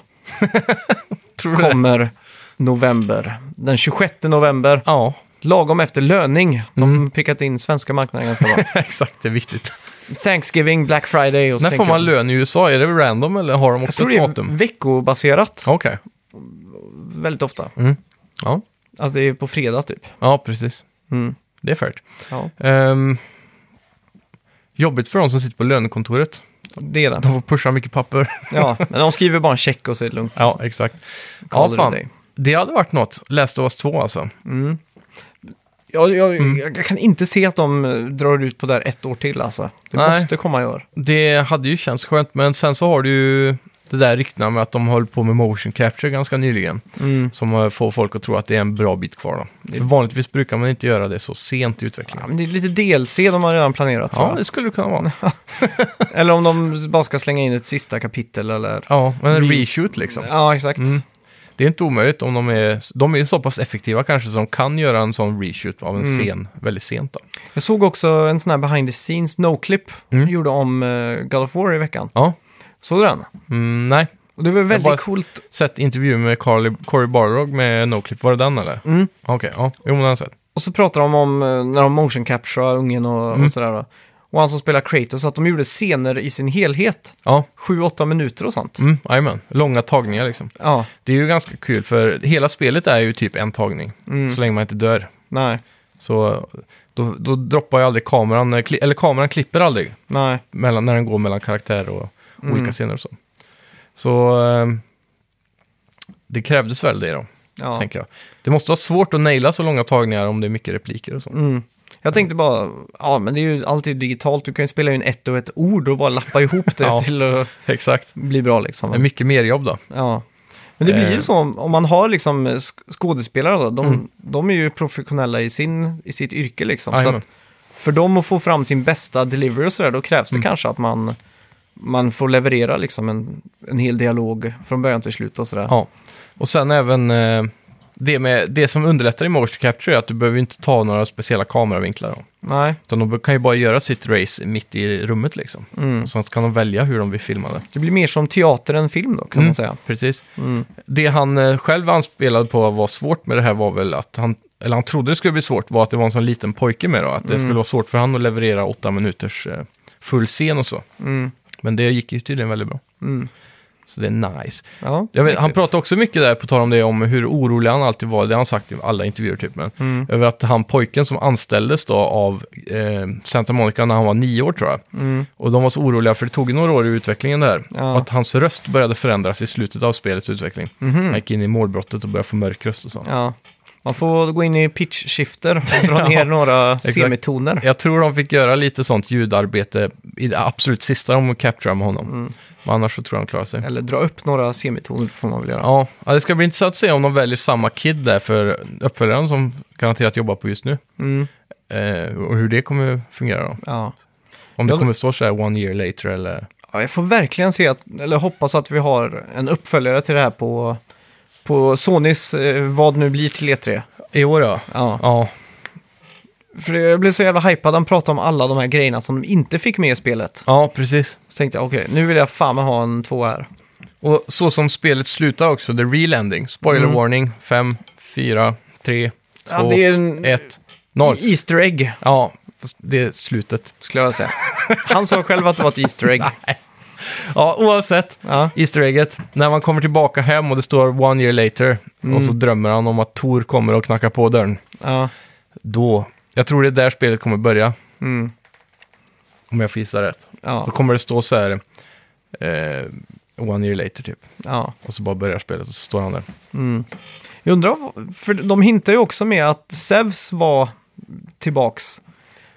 S2: Tror du det?
S1: kommer november. Den 26 november,
S2: Ja, *laughs*
S1: lagom efter löning. De har
S2: Mm.
S1: prickat in svenska marknaden ganska
S2: *laughs*
S1: bra.
S2: exakt. Det är viktigt.
S1: Thanksgiving, Black Friday och så
S2: När
S1: tänker
S2: får man
S1: jag-
S2: lön i USA? Är det random eller har de
S1: Jag
S2: också
S1: tror
S2: ett
S1: det
S2: datum?
S1: är veckobaserat
S2: Okej.
S1: väldigt ofta.
S2: Mm. Ja.
S1: Att det är på fredag typ.
S2: ja, precis.
S1: Mm.
S2: Det är fairt.
S1: Ja,
S2: Ehm, jobbigt för de som sitter på lönekontoret.
S1: det är det.
S2: De får pusha
S1: *laughs*
S2: mycket papper.
S1: Ja, men de skriver bara en check och så är det lugnt.
S2: ja, exakt.
S1: Call
S2: Ja,
S1: it a
S2: fan.
S1: day.
S2: Det hade varit något. Last of Us 2 alltså.
S1: Mm. Jag, jag,
S2: Mm.
S1: jag kan inte se att de eh, drar ut på det här ett år till alltså. Det
S2: Nej.
S1: måste komma i år.
S2: Det hade ju känts skönt, men sen så har du ju det där ryktena med att de höll på med motion capture ganska nyligen.
S1: Mm.
S2: Som eh, får folk att tro att det är en bra bit kvar då. För vanligtvis brukar man inte göra det så sent i
S1: Ja,
S2: utvecklingen.
S1: men det är lite DLC de har redan planerat tror
S2: Ja,
S1: jag.
S2: det skulle det kunna vara.
S1: Eller om de bara ska slänga in ett sista kapitel eller...
S2: *laughs* Ja, men en
S1: Re-
S2: reshoot liksom.
S1: Ja, exakt.
S2: Mm. Det är inte omöjligt om de är, de är så pass effektiva kanske så de kan göra en sån reshoot av en
S1: Mm.
S2: scen väldigt sent då.
S1: Jag såg också en sån här behind the scenes no-clip
S2: Mm.
S1: gjorde om eh, God of War i veckan.
S2: Ja,
S1: Såg du den?
S2: mm, nej.
S1: Och det var väldigt
S2: bara-
S1: coolt.
S2: Sett intervju med Carly, Corey Barrog med NoClip, var det den eller?
S1: Mm.
S2: Okej, ja. Jo, men den har jag sett. Mm.
S1: Och så pratar de om eh, när de motion capturear ungen och, och sådär. Då. och han som spelar Kratos, att de gjorde scener i sin helhet.
S2: Ja,
S1: 7-8 minuter och sånt.
S2: mm, jajamän. Långa tagningar liksom.
S1: Ja,
S2: Det är ju ganska kul för hela spelet är ju typ en tagning.
S1: Mm.
S2: Så länge man inte dör.
S1: nej,
S2: Så då, då droppar ju aldrig kameran, eh, kli- eller kameran klipper aldrig
S1: nej.
S2: mellan, när den går mellan karaktär och
S1: Mm.
S2: olika scener och så. Så eh, det krävdes väl det då,
S1: Ja.
S2: tänker jag. Det måste vara svårt att naila så långa tagningar om det är mycket repliker och så.
S1: Mm. Jag tänkte bara, ja men det är ju alltid digitalt, du kan ju spela in ett och ett ord och bara lappa ihop det
S2: *laughs* Ja.
S1: till att
S2: Exakt.
S1: bli bra liksom.
S2: Det är mycket mer jobb då.
S1: Ja. Men det blir
S2: Eh. Mm.
S1: ju så om om man har liksom eh, sk- skådespelare då, de, de är ju professionella i, sin, i sitt yrke liksom. Så
S2: Jajamän.
S1: att för dem att få fram sin bästa delivery och sådär, då krävs
S2: Mm.
S1: det kanske att man, man får leverera liksom en, en hel dialog från början till slut och sådär.
S2: Ja. Och sen även eh, det, med, det som underlättar i motion capture är att du behöver ju inte ta några speciella kameravinklar. Då.
S1: Nej,
S2: Utan de kan ju bara göra sitt race mitt i rummet liksom.
S1: Mm.
S2: Och sen kan de välja hur de vill filma det.
S1: det blir mer som teater än film då kan
S2: Mm,
S1: man säga.
S2: Precis.
S1: Mm.
S2: Det han eh, själv anspelade på var svårt med det här var väl att han, eller han trodde det skulle bli svårt, var att det var en sån liten pojke med då. Att
S1: Mm.
S2: det skulle vara svårt för han att leverera åtta minuters eh, full scen och så.
S1: Mm.
S2: Men det gick ju tydligen väldigt bra.
S1: Mm.
S2: Så det är nice.
S1: Ja,
S2: Jag vet, han
S1: riktigt.
S2: pratade också mycket där, på tal om det, om hur orolig han alltid var, det har han sagt i alla intervjuer typ, men
S1: Mm.
S2: över att han pojken som anställdes då av eh, Santa Monica när han var nio år tror jag,
S1: Mm.
S2: och de var så oroliga för det tog ju några år i utvecklingen där,
S1: Ja.
S2: och att hans röst började förändras i slutet av spelets utveckling. Han
S1: Mhm.
S2: gick in i målbrottet och började få mörk röst och sånt.
S1: Ja. Man får gå in i pitch shifter och dra ner några semitoner.
S2: Jag tror de fick göra lite sånt ljudarbete i det absolut sista de capturade med honom.
S1: Mm.
S2: Men annars så tror jag han klarar sig.
S1: Eller dra upp några semitoner får man väl göra.
S2: Ja, ja, det ska bli intressant att se om de väljer samma kid där för uppföljaren som garanterat jobbar på just nu.
S1: Mm.
S2: Eh, och hur det kommer fungera då.
S1: Ja.
S2: Om det
S1: Jag-
S2: kommer stå så här one year later eller...
S1: Ja, jag får verkligen se att, eller hoppas att vi har en uppföljare till det här på, på Sonys eh, vad nu blir till E3.
S2: I år ja.
S1: Ja.
S2: Ja,
S1: För jag blev så jävla hypad, han pratade om alla de här grejerna som de inte fick med i spelet.
S2: ja precis.
S1: Så tänkte jag, okej, nu vill jag fan ha en två här.
S2: Och så som spelet slutar också, the real ending. Spoiler
S1: Mm.
S2: warning, 5, 4, 3, 2,
S1: Ja, det är en
S2: 1, 0.
S1: Easter egg,
S2: Ja, fast det är slutet.
S1: skulle jag säga. Han sa själv att det var ett Easter egg.
S2: Ja, oavsett.
S1: Ja.
S2: Easter egget. När man kommer tillbaka hem och det står one year later och så drömmer han om att Tor kommer och knackar på dörren.
S1: Ja.
S2: Då, jag tror det är där spelet kommer börja,
S1: Mm.
S2: om jag får gissa rätt. Då
S1: Ja.
S2: kommer det stå så här, eh, one year later typ.
S1: Ja.
S2: Och så bara börjar spelet och så står han där.
S1: Jag undrar, vad- för de hintar ju också med att Zeus var tillbaks.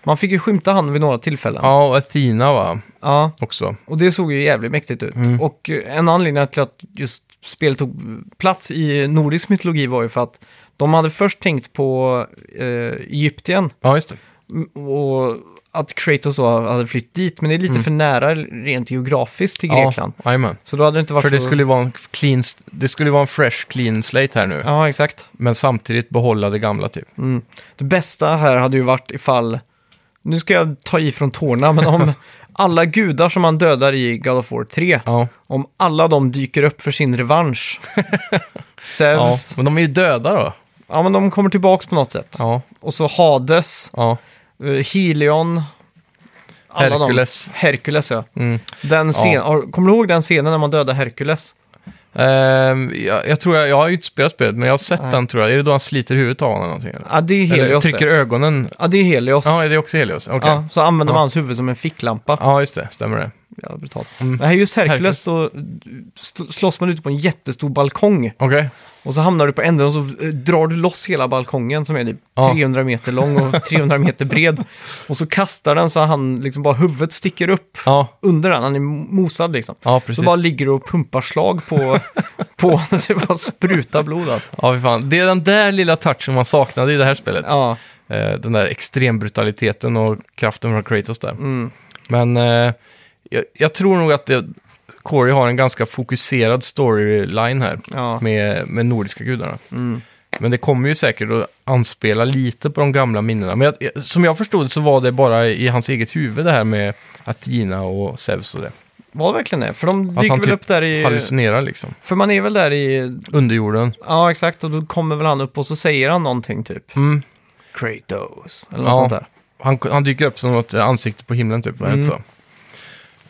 S1: Man fick ju skymta han vid några tillfällen.
S2: Ja, och Athena va,
S1: ja.
S2: också.
S1: Och det såg ju jävligt mäktigt ut.
S2: Mm.
S1: Och eh, en anledning till att just spelet tog plats i nordisk mytologi var ju för att de hade först tänkt på eh, Egypten
S2: Ja, just det.
S1: m- och att Kratos då hade flytt dit, men det är lite för nära rent geografiskt till Grekland.
S2: Mm. Ja, jajamän.
S1: Så då hade det inte varit
S2: För det
S1: så...
S2: skulle ju vara en clean, det skulle ju vara en fresh clean slate här nu.
S1: Ja, exakt.
S2: Men samtidigt behålla det gamla typ.
S1: Mm. Det bästa här hade ju varit ifall, nu ska jag ta i från tårna, men
S2: *laughs*
S1: om alla gudar som man dödar i God of War 3,
S2: Ja.
S1: om alla de dyker upp för sin
S2: *laughs*
S1: revansch.
S2: ja.
S1: Zeus,
S2: Men de är ju döda då.
S1: Ja, men de kommer tillbaka på något sätt.
S2: Ja.
S1: Och så Hades,
S2: ja.
S1: eh, Helion, alla
S2: Herkules.
S1: De. Herkules, ja.
S2: Mm.
S1: Den scen-
S2: Ja.
S1: har- Kommer du ihåg den scenen när man dödade Herkules?
S2: Ehm, jag, jag tror jag, jag har ju inte spelat spelet, men jag har sett
S1: Nej.
S2: den tror jag. Är det då han sliter huvudet av honom någonting? Eller?
S1: Ja, det är
S2: eller
S1: Helios
S2: trycker
S1: det.
S2: ögonen?
S1: Ja, det är Helios.
S2: Ja, är det också Helios? Okej.
S1: Ja, så använder
S2: Ja.
S1: man hans huvud som en ficklampa.
S2: Ja, just det. Stämmer det.
S1: Ja, brutalt.
S2: Mm.
S1: Men här just Herkules, då st- slåss man ute på en jättestor balkong.
S2: Okej.
S1: Och så hamnar du på änden och så eh, drar du loss hela balkongen som är typ
S2: Ja.
S1: 300 meter lång
S2: *laughs*
S1: och 300 meter bred. Och så kastar den så han liksom bara huvudet sticker upp
S2: Ja.
S1: under den. Han är mosad liksom.
S2: ja,
S1: Så
S2: precis.
S1: bara ligger du och pumpar slag
S2: *laughs*
S1: på, på honom så det bara sprutar blod alltså.
S2: Ja, fy fan. Det är den där lilla touchen man saknade i det här spelet.
S1: Ja,
S2: Eh, den där extrembrutaliteten och kraften från Kratos där.
S1: mm,
S2: Men eh, jag, jag tror nog att det, Corey har en ganska fokuserad storyline här
S1: ja,
S2: med, med nordiska gudarna.
S1: mm,
S2: Men det kommer ju säkert att anspela lite på de gamla minnena. Men jag, som jag förstod så var det bara i hans eget huvud det här med Athena och Zeus och det.
S1: var det verkligen det? För de
S2: Att
S1: dyker
S2: han
S1: väl
S2: typ
S1: upp där i...
S2: Hallucinerar liksom.
S1: För man är väl där i...
S2: Underjorden.
S1: Ja, exakt. Och då kommer väl han upp och så säger han någonting typ.
S2: Mm.
S1: Kratos. Eller något
S2: Ja.
S1: sånt där.
S2: Han, han dyker upp som något ansikte på himlen typ, var det inte
S1: Mm.
S2: så?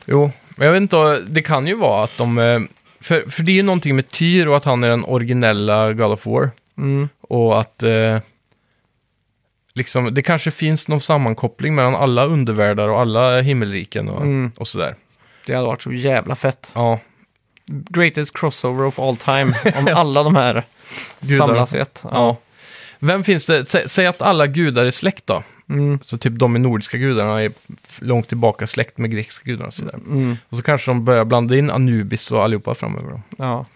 S2: Jo, men jag vet inte, det kan ju vara att de... eh, För, för det är ju någonting med Tyr och att han är den originella God of War.
S1: Mm.
S2: Och att... Eh, liksom, det kanske finns någon sammankoppling mellan alla undervärldar och alla himmelriken och,
S1: Mm.
S2: och sådär.
S1: Det hade varit så jävla fett.
S2: Ja,
S1: Greatest crossover of all time.
S2: *laughs*
S1: Om alla de här
S2: Gudarna.
S1: samlas i ett.
S2: ja.
S1: Ja.
S2: Vem finns det? Sä, säg att alla gudar är släkt då.
S1: Mm.
S2: Så typ de i nordiska gudarna är f- långt tillbaka släkt med grekiska gudarna och sådär.
S1: Mm.
S2: Och så kanske de börjar blanda in Anubis och allihopa framöver då.
S1: ja.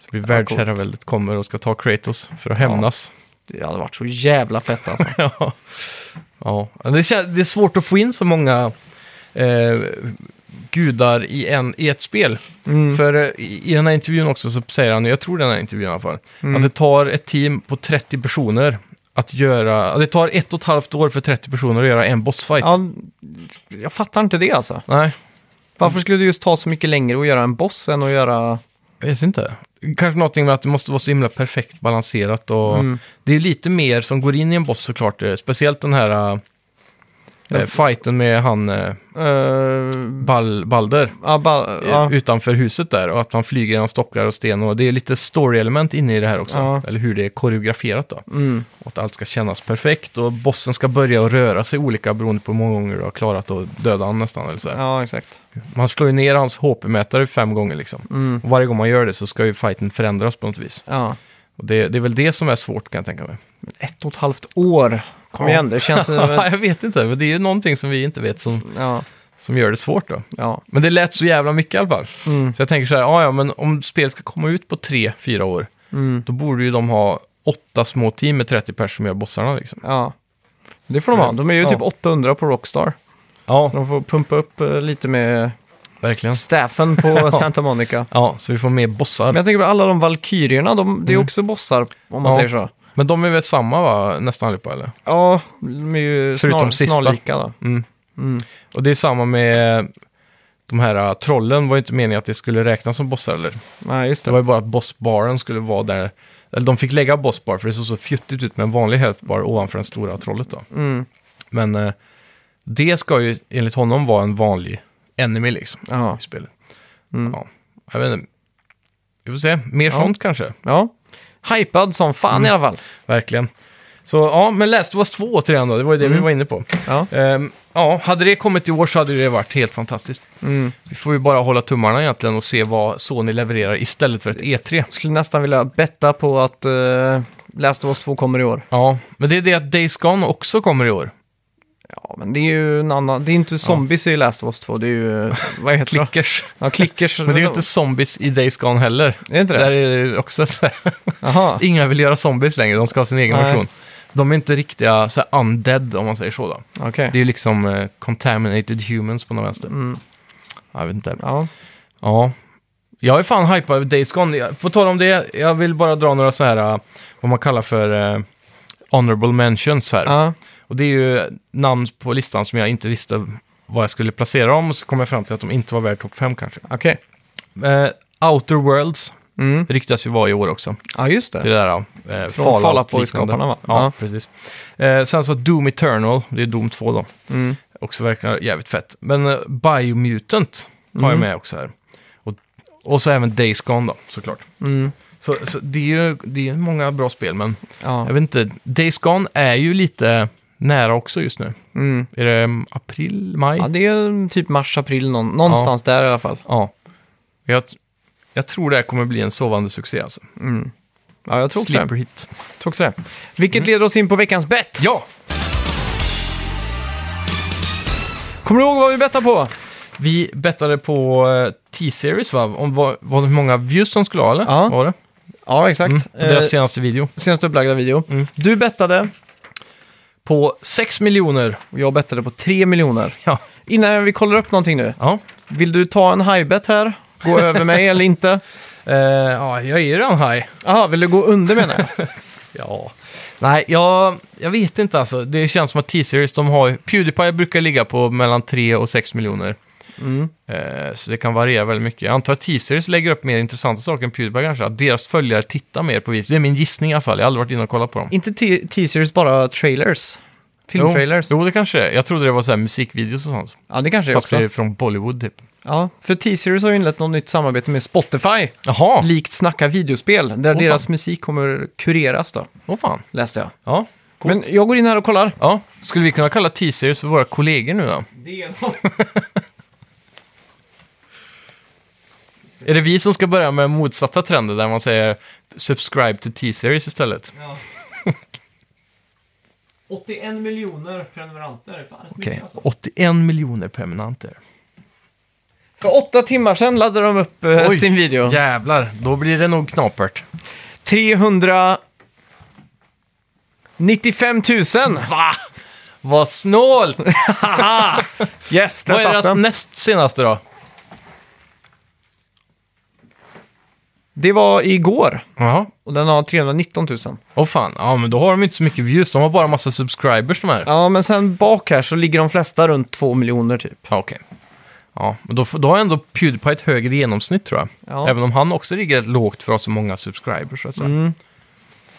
S2: Så blir
S1: Ja,
S2: världsherraväldet kommer och ska ta Kratos för att hämnas. *laughs*
S1: Det hade varit så jävla fett alltså.
S2: Ja. ja. Det, kän- det är svårt att få in så många eh, gudar i, en, i ett spel.
S1: Mm.
S2: *laughs* För eh, i, i den här intervjun också så säger han, jag tror den här intervjun i alla fall,
S1: Mm.
S2: att det tar ett team på 30 personer att göra, att det tar ett och ett halvt år för 30 personer att göra en bossfight.
S1: Ja, jag fattar inte det alltså.
S2: Nej, Mm.
S1: Varför skulle det just ta så mycket längre att göra en boss än att göra...
S2: jag vet inte. Kanske någonting med att det måste vara så himla perfekt balanserat och
S1: Mm.
S2: det är ju lite mer som går in i en boss såklart. eh, Speciellt den här eh, fighten med han eh,
S1: Uh,
S2: Bal- Balder.
S1: abba,
S2: eh,
S1: ja.
S2: utanför huset där och att man flyger genom stockar och sten och det är lite story-element inne i det här också.
S1: Ja.
S2: Eller hur det är koreograferat då.
S1: Mm.
S2: Och att allt ska kännas perfekt och bossen ska börja att röra sig olika beroende på hur många gånger du har klarat att döda han nästan. Eller så här.
S1: ja, exakt.
S2: Man slår ju ner hans HP-mätare fem gånger liksom.
S1: Mm.
S2: Och varje gång man gör det så ska ju fighten förändras på något vis.
S1: Ja.
S2: Och det, det är väl det som är svårt kan jag tänka mig.
S1: Ett och ett halvt år. Kom
S2: Ja.
S1: igen, det känns...
S2: *laughs* Ja, jag vet inte, men det är ju någonting som vi inte vet som,
S1: ja,
S2: som gör det svårt då.
S1: ja.
S2: Men det lät så jävla mycket i alla fall.
S1: Mm.
S2: Så jag tänker så här, ja, ja men om spel ska komma ut på tre, fyra år,
S1: Mm.
S2: då borde ju de ha åtta små team med 30 personer som gör bossarna liksom.
S1: ja. Det får de ha. De är ju
S2: Ja.
S1: typ 800 på Rockstar.
S2: Ja,
S1: Så de får pumpa upp eh, lite med
S2: verkligen.
S1: staffen
S2: *laughs*
S1: på Santa Monica.
S2: Ja, så vi får mer bossar.
S1: Men
S2: Men,
S1: jag tänker på alla de valkyrierna, de, det är också bossar om man
S2: Mm. Ja.
S1: säger så.
S2: de är väl samma va, nästan allihopa eller?
S1: Ja, de är ju snar,
S2: Förutom sista.
S1: snarlika då.
S2: Mm.
S1: Mm.
S2: Och det är samma med de här äh, trollen, var ju inte meningen att det skulle räknas som bossar eller?
S1: Nej, just
S2: Det
S1: det.
S2: var ju bara att bossbaren skulle vara där. Eller de fick lägga bossbar för det såg så fjuttigt ut med en vanlig healthbar ovanför den stora trollet då.
S1: Mm.
S2: Men eh, det ska ju enligt honom vara en vanlig enemy liksom
S1: Ja.
S2: i spelet.
S1: Mm.
S2: Ja, jag vet inte. Vi får se, mer sånt kanske.
S1: ja. Hypad som fan
S2: Mm.
S1: i alla fall.
S2: Verkligen. Så ja, men Last of Us 2 återigen då, det var ju det vi var inne på.
S1: Mm. Ja.
S2: Ehm, ja, hade det kommit i år så hade det varit helt fantastiskt.
S1: Mm.
S2: Vi får ju bara hålla tummarna egentligen och se vad Sony levererar istället för ett E E3.
S1: Skulle nästan vilja betta på att uh, Last of Us 2 kommer i år.
S2: Ja, men det är det att Days Gone också kommer i år.
S1: Ja, men det är ju en annan... Det är inte zombies i Last of Us 2, det är ju... *laughs* eh, Vad heter det?
S2: Klickers.
S1: Ja, klickers.
S2: Men det är ju inte zombies i Days Gone heller.
S1: Är det inte det?
S2: Där är det också så här.
S1: Jaha.
S2: Inga vill göra zombies längre, de ska ha sin egen
S1: Nej.
S2: version. De är inte riktiga så här undead om man säger så då.
S1: Okej.
S2: Det är ju liksom eh, contaminated humans på något vänster.
S1: Mm.
S2: Jag vet inte.
S1: Ja.
S2: Ja. Jag är fan hypad över Days Gone. Jag- På tal om det, jag vill bara dra några så här, eh, vad man kallar för eh, honorable mentions här.
S1: ja.
S2: Och det är ju namn på listan som jag inte visste vad jag skulle placera dem, och så kom jag fram till att de inte var värd topp 5 kanske.
S1: Okej.
S2: Eh, Outer Worlds
S1: Mm.
S2: ryktas ju vara i år också.
S1: Ja, just det.
S2: Det där eh,
S1: Från Fallout
S2: Fallout-liknande.
S1: Boy-skaparna, va?
S2: Ja,
S1: Ja.
S2: precis. Eh, sen så Doom Eternal, det är Doom 2 då.
S1: Mm.
S2: Också verkar jävligt fett. Men eh, Biomutant har jag
S1: Mm.
S2: med också här. Och, och så även Days Gone då, såklart.
S1: Mm.
S2: Så, så det är ju det är ju många bra spel, men
S1: Ja.
S2: jag vet inte. Days Gone är ju lite nära också just nu.
S1: Mm.
S2: Är det mm, april, maj?
S1: ja, det är typ mars, april någon, någonstans där i alla fall.
S2: Ja. Jag, jag tror det här kommer bli en sovande succé alltså.
S1: Mm. Ja, jag tror också,
S2: Sleeper
S1: det.
S2: hit.
S1: tror också det.
S2: Mm.
S1: Vilket leder oss in på veckans bett.
S2: Ja!
S1: Kommer du ihåg vad vi bettade på?
S2: Vi bettade på eh, T-Series va? Om vad, vad, hur många views de skulle ha eller?
S1: Ja.
S2: Vad Var det?
S1: Ja, exakt.
S2: Mm. På deras
S1: eh,
S2: senaste video.
S1: senast upplagda video.
S2: Mm.
S1: Du bettade
S2: På 6 miljoner.
S1: och jag bettade på 3 miljoner.
S2: Ja.
S1: Innan vi kollar upp någonting nu,
S2: Ja.
S1: vill du ta en high bet här?
S2: *laughs*
S1: Gå över mig eller inte?
S2: Eh, ja, jag är ju redan high.
S1: Jaha, vill du gå under menar jag?
S2: Ja. Nej, jag, jag vet inte alltså. Det känns som att T-Series, de har ju- Pewdiepie brukar ligga på mellan 3 och 6 miljoner.
S1: Mm.
S2: Eh, så det kan variera väldigt mycket. Jag antar att T-Series lägger upp mer intressanta saker än Pewdiepie kanske. Att deras följare tittar mer på vis. Det är min gissning i alla fall. Jag har aldrig varit inne och kollat på dem.
S1: Inte T- T-series, bara trailers. Filmtrailers?
S2: Jo, jo, det kanske det är. Jag trodde det var så här musikvideos och sånt.
S1: Ja, det kanske det är
S2: Fast
S1: också.
S2: det är från Bollywood typ.
S1: Ja, för T-Series har ju inlett något nytt samarbete med Spotify,
S2: Jaha!
S1: likt Snacka videospel, där
S2: Åh,
S1: deras musik kommer kureras då,
S2: Åh fan.
S1: läste jag.
S2: Ja.
S1: Men jag går in här och kollar.
S2: ja. Skulle vi kunna kalla T-series för våra kollegor nu då? Är det vi som ska börja med motsatta trender där man säger subscribe to T-series istället?
S1: *laughs* 81 miljoner prenumeranter.
S2: Okej,
S1: alltså.
S2: 81 miljoner prenumeranter.
S1: För åtta timmar sedan laddade de upp eh,
S2: Oj,
S1: sin video.
S2: Jävlar, då blir det nog knapert.
S1: 395 000!
S2: Va? Vad *laughs* snålt!
S1: Yes, där
S2: Vad är
S1: satt
S2: deras
S1: den.
S2: näst senaste då?
S1: Det var igår
S2: Jaha.
S1: och den har 319 000.
S2: Åh fan, ja men då har de inte så mycket views, de har bara massa subscribers de här.
S1: Ja, men sen bak här så ligger de flesta runt 2 miljoner typ.
S2: Ja, okej. Ja, men då, får- då har ändå Pewdiepie ett högre genomsnitt tror jag.
S1: Ja.
S2: Även om han också ligger rätt lågt för att ha så många subscribers. Så att säga. Mm.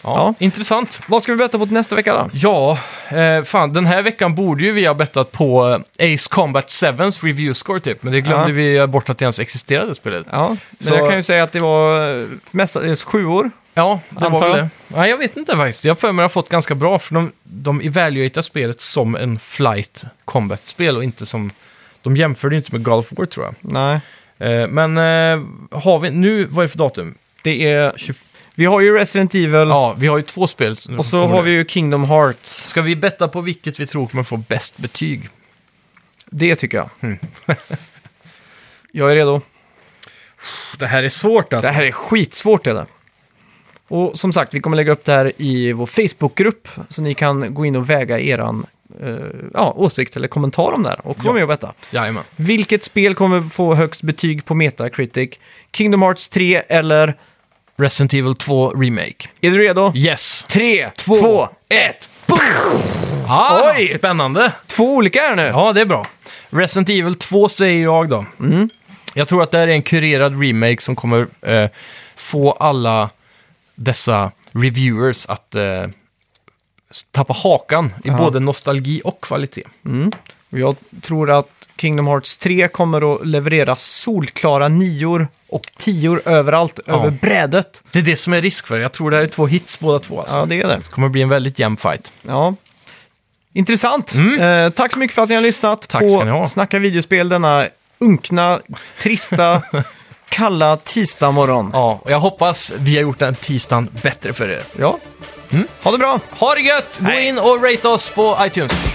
S2: Ja,
S1: Ja.
S2: Intressant.
S1: Vad ska vi betta på till nästa vecka då?
S2: Ja, eh, fan den här veckan borde ju vi ha bettat på eh, Ace Combat 7s review score typ. Men det glömde
S1: Ja.
S2: vi eh, bort att det ens existerade det spelet. Ja,
S1: Ja, men
S2: Så-
S1: jag kan ju säga att det var eh, mestadels sjuor.
S2: det
S1: Antar
S2: var väl
S1: jag.
S2: det. Nej, jag vet inte faktiskt. Jag har för mig att jag har fått ganska bra för de, de evaluatar spelet som en flight combat-spel och inte som... De jämför det inte med Golf War tror jag.
S1: Nej,
S2: Eh, men eh, har vi... Nu, vad är det för datum?
S1: det är... Vi har ju Resident Evil
S2: Ja, vi har ju två spel.
S1: och så har vi ju Kingdom Hearts.
S2: Ska vi betta på vilket vi tror kommer få bäst betyg?
S1: Det tycker jag.
S2: Mm.
S1: *laughs* jag är redo.
S2: Det här är svårt
S1: Det
S2: alltså.
S1: här är skitsvårt är det. Och som sagt, vi kommer lägga upp det här i vår Facebookgrupp så ni kan gå in och väga eran eh, ja, åsikt eller kommentar om det här och
S2: Ja.
S1: kom med och betta.
S2: Jajamän.
S1: Vilket spel kommer få högst betyg på Metacritic? Kingdom Hearts 3 eller...
S2: Resident Evil 2 Remake.
S1: Är du redo?
S2: Yes!
S1: 3,
S2: Två.
S1: 2, 1.
S2: Ah,
S1: Oj!
S2: Spännande!
S1: Två olika här nu.
S2: Ja, det är bra. Resident Evil 2 säger jag då. Jag tror att det här är en kurerad remake som kommer eh, få alla dessa reviewers att eh, s- tappa hakan i både nostalgi och kvalitet.
S1: Och Jag tror att Kingdom Hearts 3 kommer att leverera solklara nior och tior överallt, över brädet.
S2: Det är det som är risk för. Jag tror det här är två hits båda två. Alltså.
S1: Ja, det är det.
S2: Det kommer bli en väldigt jämn fight.
S1: Ja. Intressant. Eh, tack så mycket för att ni har lyssnat
S2: Tack ska ni
S1: på
S2: ha.
S1: Snacka videospel denna unkna, trista, kalla tisdagmorgon.
S2: Ja, och jag hoppas vi har gjort den tisdagen bättre för er.
S1: Ja. Ha det bra!
S2: Ha det gött! Gå in och rate oss på iTunes.